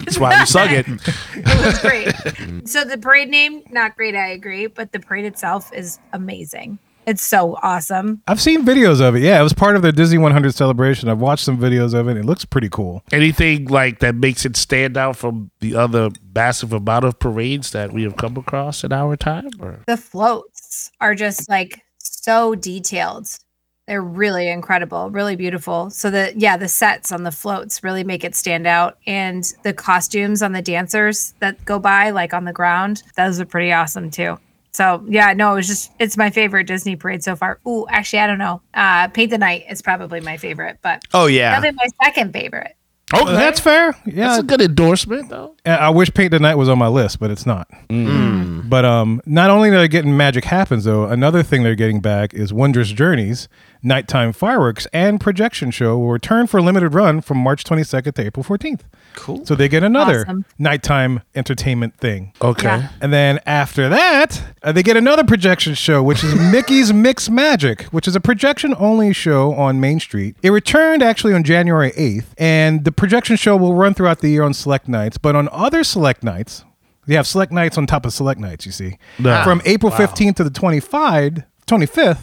Speaker 4: That's why I'm sung it.
Speaker 8: it was great. so the parade name, not great, I agree, but the parade itself is amazing. It's so awesome.
Speaker 2: I've seen videos of it. Yeah, it was part of their Disney 100 celebration. I've watched some videos of it. It looks pretty cool.
Speaker 4: Anything like that makes it stand out from the other massive amount of parades that we have come across in our time? Or?
Speaker 8: The floats are just like so detailed. They're really incredible, really beautiful. So the yeah, the sets on the floats really make it stand out and the costumes on the dancers that go by like on the ground, those are pretty awesome too. So yeah, no, it was just it's my favorite Disney parade so far. Ooh, actually I don't know. Uh Paint the Night is probably my favorite, but
Speaker 3: Oh, yeah.
Speaker 8: probably my second favorite.
Speaker 4: Oh,
Speaker 2: That's fair.
Speaker 4: that's
Speaker 2: Yeah.
Speaker 4: a good endorsement, though.
Speaker 2: I I wish Paint the Night was on my list, but it's not. But um, not only are they getting Magic Happens, though, another thing they're getting back is Wondrous Journeys, nighttime fireworks and projection show will return for a limited run from March 22nd to April 14th. Cool. So they get another
Speaker 8: Awesome.
Speaker 2: nighttime entertainment thing.
Speaker 4: Okay.
Speaker 8: Yeah.
Speaker 2: And then after that, uh, they get another projection show, which is Mickey's Mix Magic, which is a projection only show on Main Street. It returned actually on January 8th, and the projection show will run throughout the year on select nights, but on other select nights, they have select nights on top of select nights, you see. From April 15th to the 25th, 25th,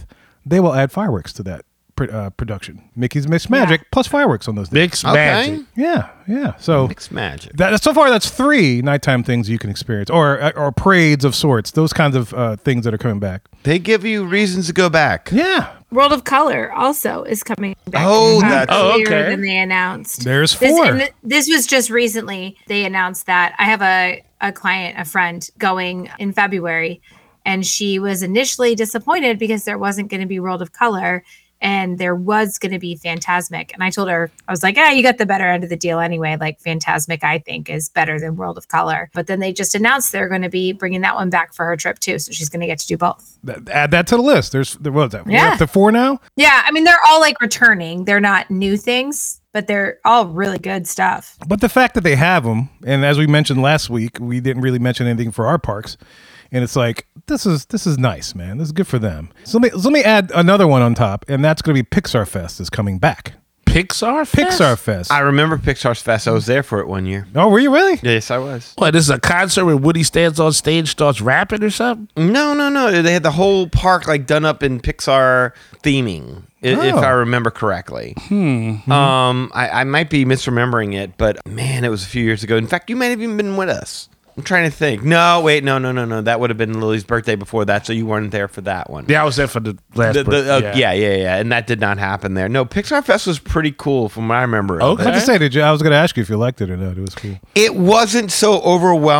Speaker 2: they will add fireworks to that pr- uh, production. Mickey's Mix Magic plus fireworks on those days.
Speaker 4: Mixed
Speaker 3: Okay.
Speaker 4: magic.
Speaker 2: yeah, yeah. So
Speaker 3: Mixed magic.
Speaker 2: that, so far, that's three nighttime things you can experience, or uh, or parades of sorts. Those kinds of uh, things that are coming back.
Speaker 3: They give you reasons to go back.
Speaker 2: Yeah,
Speaker 8: World of Color also is coming back.
Speaker 3: Oh,
Speaker 2: Uh-huh.
Speaker 8: Um,
Speaker 3: that's-
Speaker 4: Oh,
Speaker 8: earlier
Speaker 4: okay.
Speaker 8: Than they announced.
Speaker 2: there's
Speaker 8: This,
Speaker 2: four.
Speaker 8: and th- this was just recently they announced that. I have a, a client, a friend, going in February, and she was initially disappointed because there wasn't going to be World of Color and there was going to be Phantasmic. And I told her, I was like, ah, you got the better end of the deal anyway. Like, Phantasmic, I think, is better than World of Color. But then they just announced they're going to be bringing that one back for her trip too. So she's going to get to do both.
Speaker 2: Th- Add that to the list. There's there was that. We're
Speaker 8: Yeah.
Speaker 2: up to four now.
Speaker 8: Yeah. I mean, they're all like returning, they're not new things, but they're all really good stuff.
Speaker 2: But the fact that they have them, and as we mentioned last week, we didn't really mention anything for our parks, and it's like this is this is nice, man. This is good for them. So let me so let me add another one on top, and that's going to be Pixar Fest is coming back.
Speaker 4: Pixar. Fest?
Speaker 2: Pixar Fest.
Speaker 3: I remember Pixar's Fest. I was there for it one year.
Speaker 2: oh, were you really?
Speaker 3: Yes, I was.
Speaker 4: What? This is a concert where Woody stands on stage, starts rapping or something.
Speaker 2: Mm.
Speaker 3: No, no, no. They had the whole park like done up in Pixar theming, i- if
Speaker 2: Oh.
Speaker 3: I remember correctly. Um, I, I might be misremembering it, but man, it was a few years ago. In fact, you might have even been with us. I'm trying to think. No, wait, no, no, no, no. That would have been Lily's birthday before that, so you weren't there for that one.
Speaker 4: Yeah, I was there for the last.
Speaker 3: The-
Speaker 4: birth-
Speaker 3: the- uh, yeah. yeah, yeah, And that did not happen there. No, Pixar Fest was pretty cool from what I remember. of
Speaker 4: Okay.
Speaker 2: I have to say, did you, I was going to ask you if you liked it or not. It was cool.
Speaker 3: it wasn't so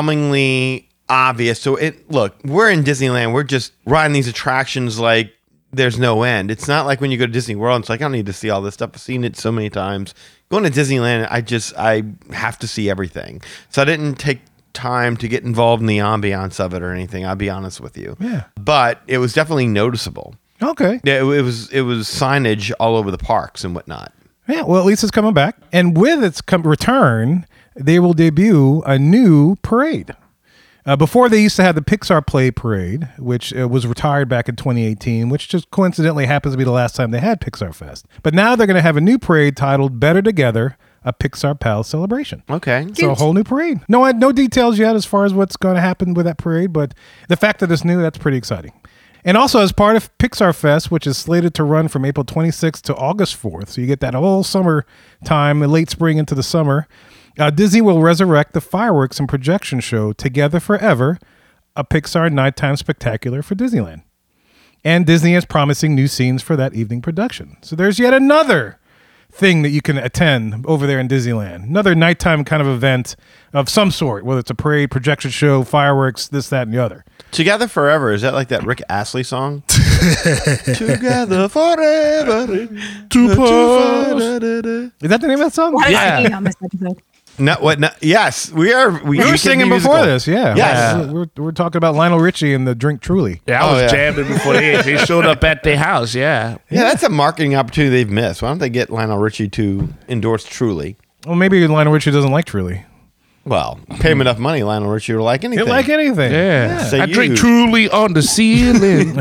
Speaker 3: overwhelmingly obvious. So it look, we're in Disneyland. We're just riding these attractions like there's no end. It's not like when you go to Disney World. It's like I don't need to see all this stuff. I've seen it so many times. Going to Disneyland, I just I have to see everything. So I didn't take time to get involved in the ambiance of it or anything. I'll be honest with you.
Speaker 2: Yeah.
Speaker 3: But it was definitely noticeable.
Speaker 2: Okay.
Speaker 3: Yeah, It, it was it was signage all over the parks and whatnot.
Speaker 2: Yeah, well, at least it's coming back. And with its com- return, they will debut a new parade. Uh, before they used to have the Pixar Play Parade, which uh, was retired back in 2018, which just coincidentally happens to be the last time they had Pixar Fest. But now they're going to have a new parade titled Better Together, a Pixar Pal Celebration.
Speaker 3: Okay.
Speaker 2: So a whole new parade. No, I, no details yet as far as what's going to happen with that parade, but the fact that it's new, that's pretty exciting. And also as part of Pixar Fest, which is slated to run from April 26th to August 4th, so you get that whole summer time, late spring into the summer. Uh, Disney will resurrect the fireworks and projection show Together Forever, a Pixar nighttime spectacular for Disneyland. And Disney is promising new scenes for that evening production. So there's yet another thing that you can attend over there in Disneyland. Another nighttime kind of event of some sort, whether it's a parade, projection show, fireworks, this, that, and the other.
Speaker 3: Together Forever, is that like that Rick Astley song? Together Forever.
Speaker 4: Two poles.
Speaker 2: Is that the name of that song?
Speaker 8: What a
Speaker 4: Yeah.
Speaker 8: singing on this episode.
Speaker 3: No, what? No, yes, we are. We,
Speaker 2: We were singing before this, yeah.
Speaker 3: Yes.
Speaker 2: We We're, we we're talking about Lionel Richie and the Drink Truly.
Speaker 4: Yeah, I was
Speaker 3: Oh, yeah.
Speaker 4: jamming before they they showed up at their house. Yeah,
Speaker 3: Yeah, that's a marketing opportunity they've missed. Why don't they get Lionel Richie to endorse Truly?
Speaker 2: Well, maybe Lionel Richie doesn't like Truly.
Speaker 3: Well, pay him enough money, Lionel Richie will like anything.
Speaker 2: Didn't like anything.
Speaker 4: yeah.
Speaker 3: Say
Speaker 4: I drink
Speaker 3: you.
Speaker 4: truly on the ceiling.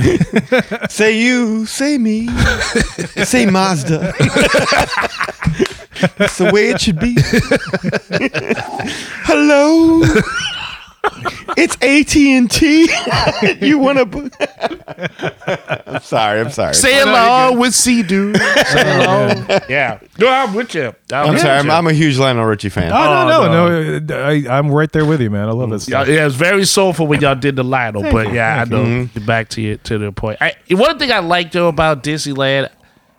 Speaker 3: Say you, say me, say Mazda. that's the way it should be. Hello, it's AT and T. You want to? book I'm sorry. I'm sorry.
Speaker 4: Say along with sea doo. Say along. Yeah. No, I'm with you. I'm,
Speaker 3: I'm
Speaker 4: with
Speaker 3: sorry. I'm,
Speaker 4: you.
Speaker 3: I'm a huge Lionel Richie fan.
Speaker 2: Oh, no,
Speaker 4: Oh,
Speaker 2: no, no. I, I'm right there with you, man. I love this.
Speaker 4: Y'all-
Speaker 2: stuff.
Speaker 4: yeah, it was very soulful when y'all did the Lionel, but
Speaker 2: you,
Speaker 4: yeah, I know. Back to you to the point. I, one thing I like though about Disneyland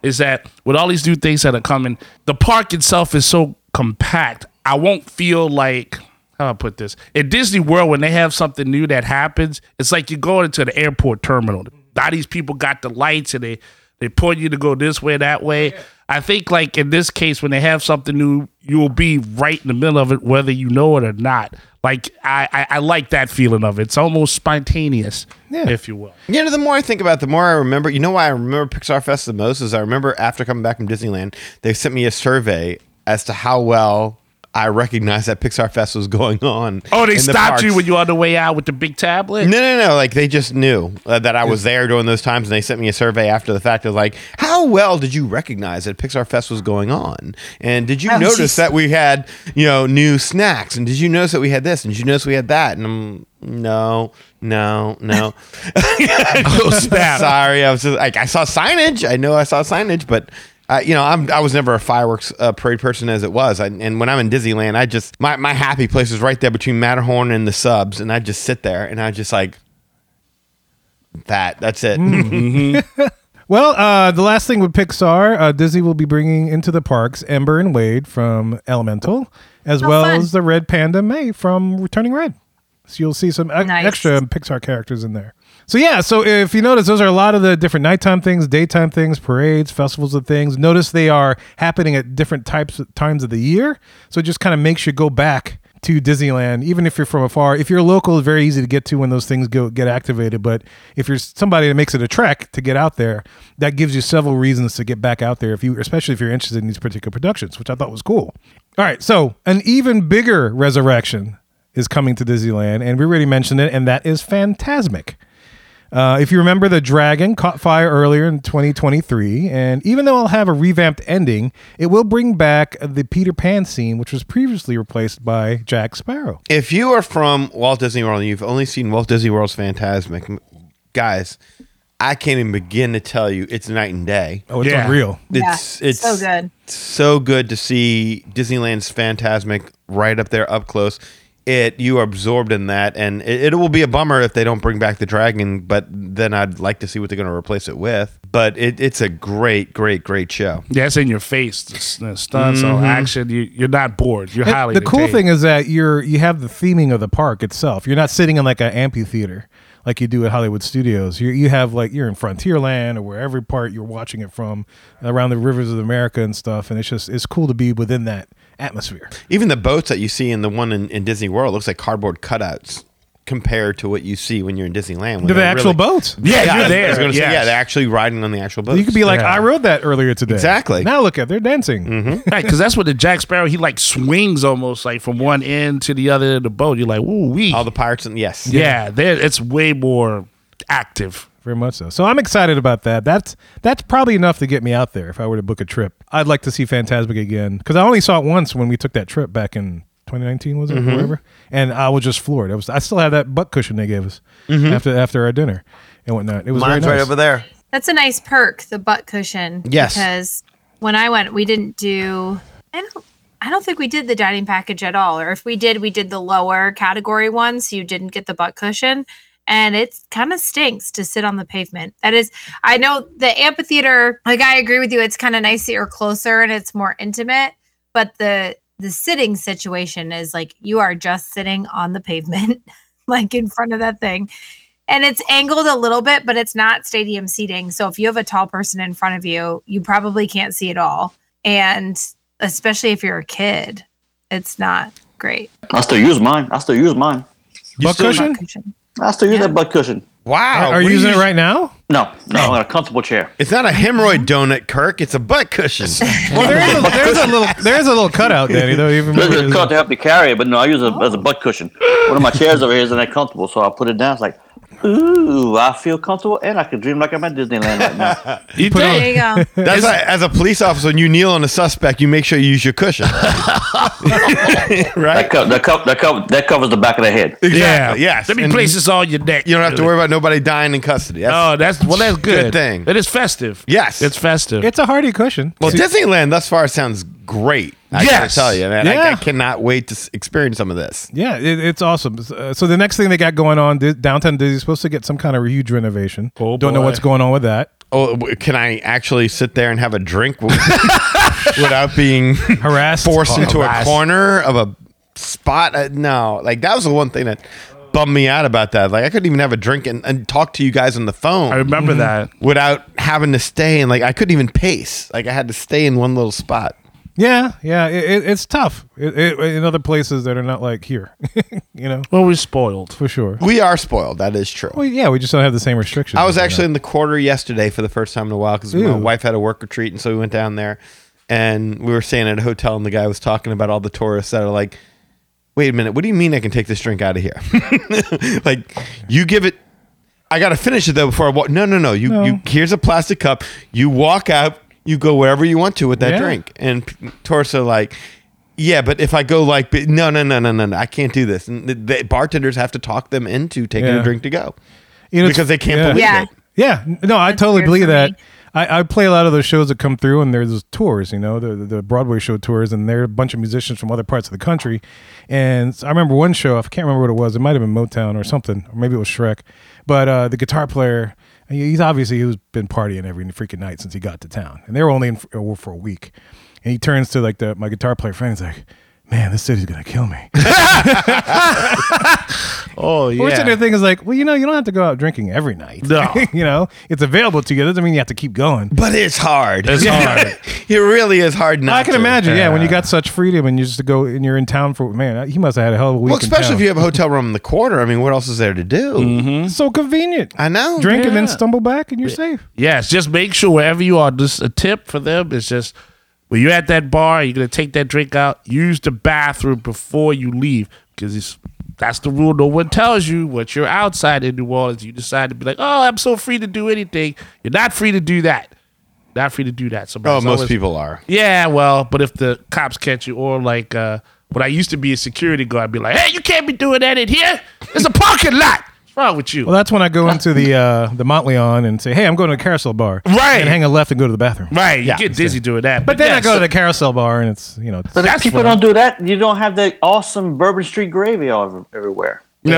Speaker 4: is that with all these new things that are coming, the park itself is so compact. I won't feel like how do I put this in Disney World when they have something new that happens. It's like you're going into the airport terminal. Now these people got the lights and they they point you to go this way that way. I think like in this case, when they have something new, you'll be right in the middle of it, whether you know it or not. Like I, I, I like that feeling of it. It's almost spontaneous,
Speaker 2: Yeah.
Speaker 4: if you will.
Speaker 3: You know, the more I think about it, the more I remember. You know why I remember Pixar Fest the most is I remember after coming back from Disneyland, they sent me a survey as to how well I recognized that Pixar Fest was going on.
Speaker 4: Oh, they
Speaker 3: in the
Speaker 4: stopped you
Speaker 3: parks.
Speaker 4: when you on the way out with the big tablet.
Speaker 2: Mm.
Speaker 3: No, no, no. Like they just knew uh, that I was there during those times, and they sent me a survey after the fact of like, how well did you recognize that Pixar Fest was going on, and did you notice that we had you know new snacks, and did you notice that we had this, and did you notice we had that, and I'm no, no, no. oh
Speaker 4: snap.
Speaker 3: Sorry, I was just like I saw signage. I know I saw signage, but. Uh, you know, I'm, I was never a fireworks uh, parade person as it was. I, and when I'm in Disneyland, I just, my, my happy place is right there between Matterhorn and the subs. And I just sit there and I just like, that. That's it.
Speaker 2: Well, uh, the last thing with Pixar, uh, Disney will be bringing into the parks Ember and Wade from Elemental, as
Speaker 8: Oh,
Speaker 2: well
Speaker 8: fun.
Speaker 2: as the Red Panda May from Returning Red. So you'll see some e-
Speaker 8: Nice.
Speaker 2: extra Pixar characters in there. So yeah, so if you notice, those are a lot of the different nighttime things, daytime things, parades, festivals, and things. Notice they are happening at different types times of the year. So it just kind of makes you go back to Disneyland, even if you're from afar. If you're local, it's very easy to get to when those things go get activated. But if you're somebody that makes it a trek to get out there, that gives you several reasons to get back out there. If you, especially if you're interested in these particular productions, which I thought was cool. All right, so an even bigger resurrection is coming to Disneyland, and we already mentioned it, and that is Fantasmic. Uh, if you remember, the dragon caught fire earlier in 2023, and even though it'll have a revamped ending, it will bring back the Peter Pan scene, which was previously replaced by Jack Sparrow.
Speaker 3: If you are from Walt Disney World and you've only seen Walt Disney World's Fantasmic, m- guys, I can't even begin to tell you it's night and day.
Speaker 2: Oh, it's
Speaker 4: Yeah.
Speaker 2: unreal.
Speaker 3: It's
Speaker 8: Yeah,
Speaker 3: it's
Speaker 8: so good.
Speaker 3: So good to see Disneyland's Fantasmic right up there, up close. It you are absorbed in that, and it, it will be a bummer if they don't bring back the dragon. But then I'd like to see what they're going to replace it with. But it, it's a great, great, great show.
Speaker 4: That's in your face. The, s- the stunts,
Speaker 3: Mm-hmm.
Speaker 4: all action. You, you're not bored. You're
Speaker 2: And
Speaker 4: highly.
Speaker 2: the cool
Speaker 4: entertained.
Speaker 2: thing is that you're you have the theming of the park itself. You're not sitting in like an amphitheater like you do at Hollywood Studios. You you have like you're in Frontierland or wherever part you're watching it from around the rivers of America and stuff. And it's just it's cool to be within that atmosphere.
Speaker 3: Even the boats that you see in the one in, in Disney World looks like cardboard cutouts compared to what you see when you're in Disneyland. when
Speaker 2: To the
Speaker 3: they're
Speaker 2: actual
Speaker 3: really-
Speaker 2: boats.
Speaker 4: Yeah,
Speaker 3: Yeah,
Speaker 4: you're
Speaker 3: I was
Speaker 4: there.
Speaker 3: gonna say,
Speaker 4: yes.
Speaker 3: yeah, they're actually riding on the actual boats.
Speaker 2: You could be like,
Speaker 4: Yeah.
Speaker 2: I rode that earlier today.
Speaker 3: Exactly.
Speaker 2: Now look at they're dancing.
Speaker 4: Right, because that's what the Jack Sparrow he like swings almost like from one end to the other of the boat. You're like, ooh wee.
Speaker 3: all the pirates and yes,
Speaker 4: yeah, there it's way more active.
Speaker 2: Very much so. So I'm excited about that. That's that's probably enough to get me out there if I were to book a trip. I'd like to see Fantasmic again because I only saw it once when we took that trip back in 2019, was it?
Speaker 3: Mm-hmm.
Speaker 2: or Whatever. And I was just floored. I was I still have that butt cushion they gave us after after our dinner and whatnot. It was
Speaker 3: Mm-hmm. mine's
Speaker 2: very
Speaker 3: right
Speaker 2: nice.
Speaker 3: over there.
Speaker 8: That's a nice perk, the butt cushion.
Speaker 3: Yes.
Speaker 8: Because when I went, we didn't do. I don't. I don't think we did the dining package at all. Or if we did, we did the lower category one, so you didn't get the butt cushion. And it kind of stinks to sit on the pavement. That is, I know the amphitheater. Like I agree with you, it's kind of nice that you're closer and it's more intimate. But the the sitting situation is like you are just sitting on the pavement, like in front of that thing and it's angled a little bit, but it's not stadium seating. So if you have a tall person in front of you, you probably can't see it all. And especially if you're a kid, it's not great.
Speaker 9: I still use mine. I still use mine.
Speaker 2: Butt cushion?
Speaker 8: Cushion.
Speaker 9: I still use
Speaker 8: Yeah.
Speaker 9: that butt cushion.
Speaker 2: Are
Speaker 3: Wow, what
Speaker 2: you
Speaker 3: do
Speaker 2: using it right now?
Speaker 9: No, no, I'm in a comfortable chair.
Speaker 3: It's not a hemorrhoid donut, Kirk. It's a butt cushion.
Speaker 2: Well, there is a, there's a little there's a little cutout, Danny. Though even
Speaker 9: This is a cup to help me carry it, but no, I use it as a butt cushion. One of my chairs over here isn't that comfortable, so I put it down. It's like, ooh, I feel comfortable, and I can dream like I'm at Disneyland right now.
Speaker 4: You
Speaker 8: There you go.
Speaker 3: That's why, as a police officer, when you kneel on a suspect, you make sure you use your cushion,
Speaker 9: that,
Speaker 3: right?
Speaker 9: co- that, co- that, co- that covers the back of the head.
Speaker 3: Exactly.
Speaker 4: Yeah.
Speaker 3: Yes.
Speaker 4: Let me
Speaker 3: And
Speaker 4: place this on your neck.
Speaker 3: You don't have to worry about nobody dying in custody. That's,
Speaker 4: Oh, that's well, that's good.
Speaker 3: Good thing.
Speaker 4: It is festive.
Speaker 3: Yes.
Speaker 4: it's festive.
Speaker 2: It's a hardy cushion.
Speaker 3: well, Disneyland thus far sounds great. I gotta
Speaker 4: Yes.
Speaker 3: tell you, man. I- I,
Speaker 2: Yeah.
Speaker 3: cannot wait to s- experience some of this.
Speaker 2: Yeah, it, it's awesome. Uh, so the next thing they got going on, di- downtown Disney's supposed to get some kind of huge renovation.
Speaker 4: Oh,
Speaker 2: Don't know
Speaker 4: boy.
Speaker 2: what's going on with that.
Speaker 3: Oh, w- can I actually sit there and have a drink w- without being
Speaker 2: Harassed.
Speaker 3: forced into a
Speaker 4: Harassed.
Speaker 3: corner of a spot? Uh, no, like that was the one thing that bummed me out about that. Like I couldn't even have a drink and, and talk to you guys on the phone
Speaker 4: I remember that.
Speaker 3: without having to stay and like I couldn't even pace. Like I had to stay in one little spot.
Speaker 2: Yeah, yeah, it, it, it's tough it, it, in other places that are not like here, you know,
Speaker 4: Well, we're spoiled.
Speaker 2: for sure.
Speaker 3: We are spoiled. That is true.
Speaker 2: Well, yeah, we just don't have the same restrictions.
Speaker 3: I was
Speaker 2: right
Speaker 3: actually in the quarter yesterday for the first time in a while because my
Speaker 2: Ew.
Speaker 3: wife had a work retreat, and so we went down there, and we were staying at a hotel, and the guy was talking about all the tourists that are like, "Wait a minute, what do you mean I can take this drink out of here? like, you give it." I gotta finish it though before I walk. No, no, no. You,
Speaker 2: No.
Speaker 3: you. Here's a plastic cup. You walk out. You go wherever you want to with that
Speaker 2: Yeah.
Speaker 3: drink. And p- tourists are like, yeah, but if I go like, b- no, no, no, no, no, no, I can't do this. And the, the bartenders have to talk them into taking
Speaker 2: Yeah.
Speaker 3: a drink to go
Speaker 2: now. You know, it's-
Speaker 3: because they can't
Speaker 2: yeah.
Speaker 3: believe
Speaker 8: Yeah.
Speaker 3: it.
Speaker 2: Yeah, n- no, I
Speaker 8: That's
Speaker 2: totally
Speaker 8: weird
Speaker 2: believe
Speaker 8: for
Speaker 2: that.
Speaker 8: me.
Speaker 2: I, I play a lot of those shows that come through, and there's tours, you know, the the Broadway show tours, and they're a bunch of musicians from other parts of the country. And I remember one show, I can't remember what it was. It might have been Motown or something, or maybe it was Shrek. But uh, the guitar player, he- he's obviously he's been partying every freaking night since he got to town, and they were only in for, for a week. And he turns to like the my guitar player friend, he's like, "Man, this city's gonna kill me."
Speaker 4: Oh yeah.
Speaker 2: Which other thing is like, well, you know, you don't have to go out drinking every night.
Speaker 4: No.
Speaker 2: you know, it's available to you. Doesn't mean you have to keep going.
Speaker 3: But it's hard.
Speaker 4: It's hard.
Speaker 3: it really is hard not
Speaker 2: I can
Speaker 3: to.
Speaker 2: imagine, yeah, when you got such freedom and you just go and you're in town for man, he must have had a hell of a week.
Speaker 3: Well, especially
Speaker 2: in
Speaker 3: if
Speaker 2: town.
Speaker 3: you have a hotel room in the quarter. I mean, what else is there to do?
Speaker 2: It's so convenient.
Speaker 3: I know.
Speaker 2: Drink and then
Speaker 4: Yeah.
Speaker 2: stumble back and you're safe.
Speaker 4: Yes, just make sure wherever you are, just a tip for them is just when you're at that bar, you're gonna take that drink out, use the bathroom before you leave. Because it's that's the rule. No one tells you what you're outside in New Orleans. You decide to be like, Oh, I'm so free to do anything. You're not free to do that. Not free to do that. So
Speaker 3: Oh,
Speaker 4: it's
Speaker 3: most
Speaker 4: always-
Speaker 3: people are.
Speaker 4: Yeah, well, but if the cops catch you or like uh when I used to be a security guard, I'd be like, Hey, you can't be doing that in here. It's a parking lot. What's wrong with you?
Speaker 2: Well, that's when I go into the uh, the Motley on and say, hey, I'm going to the carousel bar,
Speaker 4: Right.
Speaker 2: and hang a left and go to the bathroom.
Speaker 4: right, you get dizzy doing that.
Speaker 2: But then I
Speaker 4: yeah,
Speaker 2: go
Speaker 4: so-
Speaker 2: to the carousel bar and it's you know, it's-
Speaker 9: But if
Speaker 4: That's
Speaker 9: people
Speaker 4: what I'm-
Speaker 9: don't do that, you don't have that awesome Bourbon Street gravy all over, everywhere.
Speaker 4: No,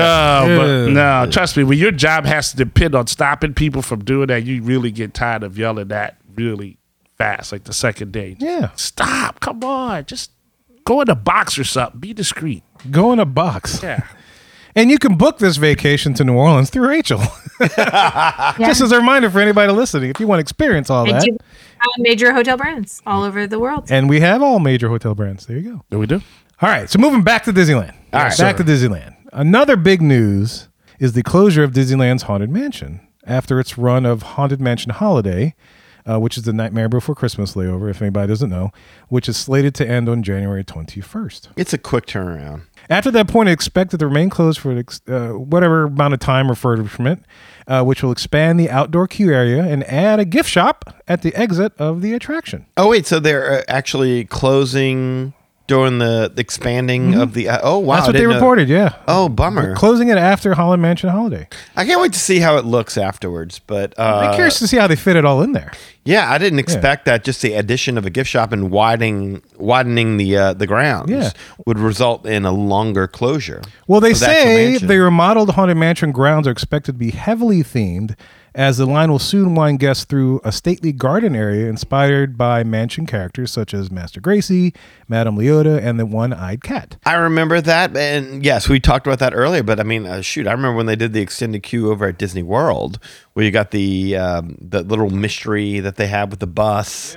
Speaker 4: but
Speaker 2: Yeah.
Speaker 4: no, trust me. When your job has to depend on stopping people from doing that, you really get tired of yelling that really fast, like the second day.
Speaker 2: Yeah.
Speaker 4: Stop. Come on. Just go in a box or something. Be discreet.
Speaker 2: go in a box.
Speaker 4: Yeah.
Speaker 2: And you can book this vacation to New Orleans through Rachel. Just as a reminder for anybody listening, if you want to experience all
Speaker 8: I
Speaker 2: that,
Speaker 8: do on major hotel brands all over the world.
Speaker 2: and we have all major hotel brands. There you go.
Speaker 4: There we do.
Speaker 2: All right, so moving back to Disneyland. All right, back to Disneyland. Another big news is the closure of Disneyland's Haunted Mansion after its run of Haunted Mansion Holiday, uh, which is the Nightmare Before Christmas layover, if anybody doesn't know, which is slated to end on January 21st.
Speaker 3: It's a quick turnaround.
Speaker 2: After that point, it expected to remain closed for ex- uh, whatever amount of time referred from it, uh, which will expand the outdoor queue area and add a gift shop at the exit of the attraction.
Speaker 3: Oh wait, so they're uh, actually closing during the the expanding of the. Uh, oh wow,
Speaker 2: Mm-hmm. That's
Speaker 3: I
Speaker 2: what they
Speaker 3: didn't know-
Speaker 2: reported, yeah.
Speaker 3: Oh bummer!
Speaker 2: Closing it after Holland Mansion Holiday.
Speaker 3: I can't wait to see how it looks afterwards. But
Speaker 2: I'm
Speaker 3: uh,
Speaker 2: curious to see how they fit it all in there.
Speaker 3: yeah, I didn't expect that. Just the addition of a gift shop and widening widening the uh, the grounds
Speaker 2: Yeah.
Speaker 3: would result in a longer closure.
Speaker 2: Well, they
Speaker 3: of the actual
Speaker 2: say
Speaker 3: mansion.
Speaker 2: the remodeled Haunted Mansion grounds are expected to be heavily themed, as the line will soon wind guests through a stately garden area inspired by mansion characters such as Master Gracie, Madame Leota, and the One Eyed Cat.
Speaker 3: I remember that, and yes, we talked about that earlier. But I mean, uh, shoot, I remember when they did the extended queue over at Disney World, where you got the um, the little mystery that they had with the bus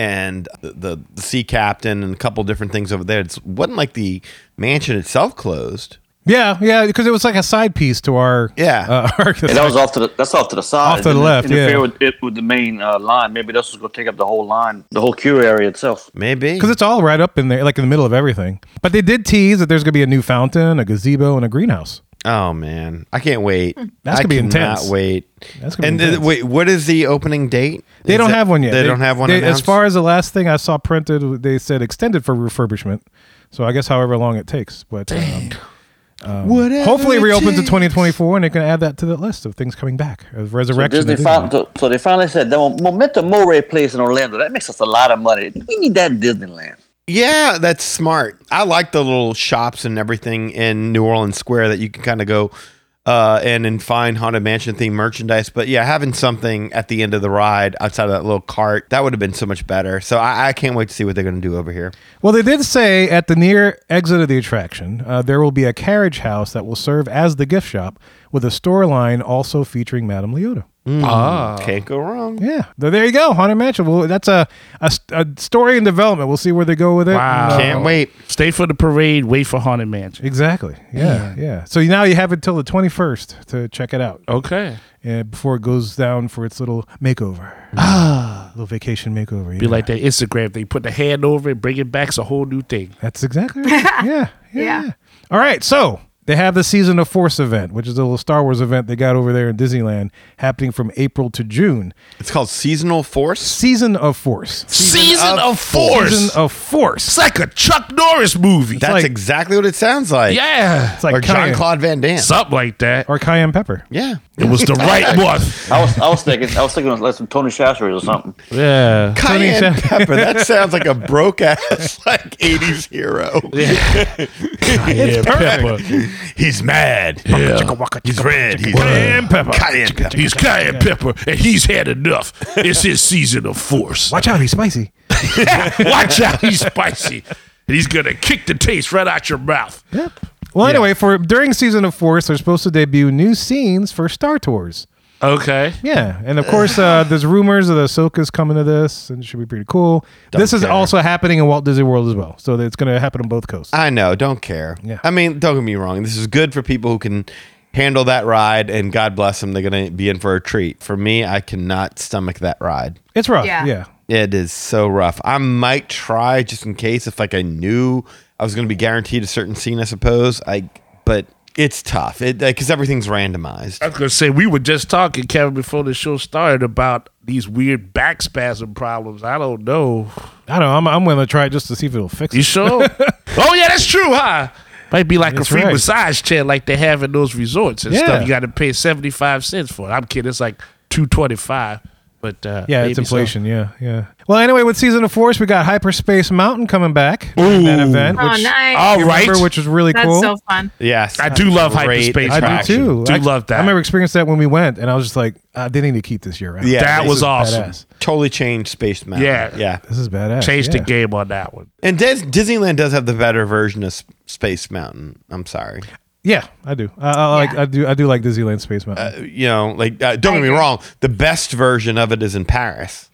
Speaker 3: and the, the, the sea captain and a couple different things over there. It wasn't like the mansion itself closed.
Speaker 2: Yeah, yeah, because it was like a side piece to our
Speaker 3: Yeah.
Speaker 2: uh, our
Speaker 9: And that was off to the that's off to the side.
Speaker 2: Off to the
Speaker 9: It didn't
Speaker 2: left,
Speaker 9: interfere
Speaker 2: yeah.
Speaker 9: with it with the main uh, line. Maybe this was going to take up the whole line, the whole queue area itself.
Speaker 3: Maybe
Speaker 2: because it's all right up in there, like in the middle of everything. But they did tease that there's going to be a new fountain, a gazebo, and a greenhouse.
Speaker 3: oh man, I can't wait.
Speaker 2: Hmm. That's
Speaker 3: I
Speaker 2: gonna be
Speaker 3: cannot
Speaker 2: intense.
Speaker 3: Wait,
Speaker 2: That's gonna be
Speaker 3: and uh,
Speaker 2: intense.
Speaker 3: wait, what is the opening date?
Speaker 2: They
Speaker 3: Is
Speaker 2: don't
Speaker 3: it-
Speaker 2: have one yet.
Speaker 3: They, don't have one.
Speaker 2: they- as
Speaker 3: announced?
Speaker 2: far as the last thing I saw printed, they said extended for refurbishment. So I guess however long it takes, but um,
Speaker 3: Whatever
Speaker 2: hopefully it
Speaker 3: it
Speaker 2: reopens in
Speaker 3: takes.
Speaker 2: 2024, and they can add that to the list of things coming back of resurrection.
Speaker 9: Disney
Speaker 2: at
Speaker 9: fin-
Speaker 2: Disneyland.
Speaker 9: so, so they finally said the Memento Mori place in Orlando that makes us a lot of money. We need that in Disneyland.
Speaker 3: Yeah, that's smart. I like the little shops and everything in New Orleans Square that you can kind of go uh, and in fine haunted mansion themed merchandise. But yeah, having something at the end of the ride outside of that little cart that would have been so much better. So I, I can't wait to see what they're going to do over here.
Speaker 2: Well, they did say at the near exit of the attraction, uh, there will be a carriage house that will serve as the gift shop with a store line also featuring Madame Leota.
Speaker 4: Ah.
Speaker 3: Can't go wrong.
Speaker 2: Yeah. So there you go, Haunted Mansion. Well, that's a, a, st- a story in development. We'll see where they go with it.
Speaker 4: Wow.
Speaker 2: And, uh,
Speaker 3: Can't wait.
Speaker 4: Stay for the parade. Wait for haunted mansion.
Speaker 2: exactly. Yeah, yeah. So now you have until the 21st to check it out
Speaker 4: Okay.
Speaker 2: uh, before it goes down for its little makeover. Ah. Little vacation makeover.
Speaker 4: Be
Speaker 2: yeah.
Speaker 4: like that Instagram thing. Put the hand over it, bring it back. It's a whole new thing.
Speaker 2: That's exactly right. yeah, yeah.
Speaker 8: Yeah.
Speaker 2: yeah. All right. So they have the Season of Force event, which is a little Star Wars event they got over there in Disneyland happening from April to June.
Speaker 3: It's called seasonal force.
Speaker 2: Season of Force.
Speaker 4: Season,
Speaker 3: of
Speaker 4: of, Force.
Speaker 2: Season of Force.
Speaker 4: it's like a Chuck Norris movie.
Speaker 3: That's
Speaker 2: like-
Speaker 3: exactly what it sounds like.
Speaker 4: yeah.
Speaker 2: It's like
Speaker 3: or John
Speaker 2: cayenne-
Speaker 3: Claude Van Damme.
Speaker 4: Something like that.
Speaker 2: Or cayenne pepper.
Speaker 3: yeah.
Speaker 4: It was the right one.
Speaker 9: I was I was thinking I was thinking it was like some Tony Chachere's or something.
Speaker 4: Yeah.
Speaker 3: Cayenne pepper. That sounds like a broke ass like '80s hero.
Speaker 4: Cayenne pepper.
Speaker 3: He's mad.
Speaker 4: Yeah.
Speaker 3: He's red. He's
Speaker 4: Cayenne pepper.
Speaker 3: Cayenne pepper.
Speaker 4: He's cayenne pepper, and he's had enough. It's his season of force.
Speaker 2: Watch out, he's spicy.
Speaker 4: Watch out, he's spicy. And he's gonna kick the taste right out your mouth.
Speaker 2: Yep. Well, anyway, for during Season of Force, they're supposed to debut new scenes for Star Tours.
Speaker 4: Okay.
Speaker 2: Yeah, and of course, uh, there's rumors that Ahsoka's coming to this, and it should be pretty cool. this is
Speaker 3: care.
Speaker 2: also happening in Walt Disney World as well, so it's going to happen on both coasts.
Speaker 3: I know. Don't care.
Speaker 2: Yeah.
Speaker 3: I mean, don't get me wrong. This is good for people who can handle that ride, and God bless them. They're gonna be in for a treat. For me, I cannot stomach that ride.
Speaker 2: It's rough.
Speaker 8: Yeah.
Speaker 2: yeah.
Speaker 3: It is so rough. I might try just in case if like I knew I was going to be guaranteed a certain scene, I suppose. I but it's tough. It because everything's randomized.
Speaker 4: I was gonna say we were just talking, Kevin, before the show started about these weird back spasm problems. I don't know.
Speaker 2: I don't know. I'm, I'm going to try it just to see if it'll fix
Speaker 4: You
Speaker 2: it.
Speaker 4: sure? oh yeah, that's true, huh? Might be like
Speaker 2: That's
Speaker 4: a free
Speaker 2: right.
Speaker 4: massage chair like they have in those resorts and
Speaker 2: Yeah.
Speaker 4: stuff. You gotta pay seventy five cents for it. I'm kidding, it's like two twenty five. But uh
Speaker 2: Yeah, it's
Speaker 4: maybe so.
Speaker 2: inflation. Yeah, yeah. Well, anyway, with season of force, we got Hyperspace Mountain coming back. Ooh. That event,
Speaker 8: Oh,
Speaker 2: which
Speaker 8: nice.
Speaker 4: All
Speaker 2: you
Speaker 4: right.
Speaker 2: remember, which was really
Speaker 8: That's
Speaker 2: cool.
Speaker 8: so fun.
Speaker 3: Yes,
Speaker 4: I do love hyperspace
Speaker 2: I do
Speaker 4: attraction.
Speaker 2: too.
Speaker 4: Do
Speaker 2: I
Speaker 4: love that.
Speaker 2: I remember experiencing that when we went, and I was just like, uh, they need to keep this year round.
Speaker 3: Yeah,
Speaker 4: that
Speaker 3: this
Speaker 4: was
Speaker 3: is
Speaker 4: awesome.
Speaker 2: Badass.
Speaker 3: Totally changed Space Mountain.
Speaker 4: Yeah.
Speaker 3: yeah.
Speaker 2: This is badass.
Speaker 4: Changed
Speaker 2: yeah.
Speaker 4: the game on that one.
Speaker 3: And Dis- Disneyland does have the better version of S- Space Mountain. I'm sorry.
Speaker 2: Yeah, I do. I, I like. I do. I do like Disneyland Space Mountain.
Speaker 3: You know, like uh, don't get me wrong. The best version of it is in Paris.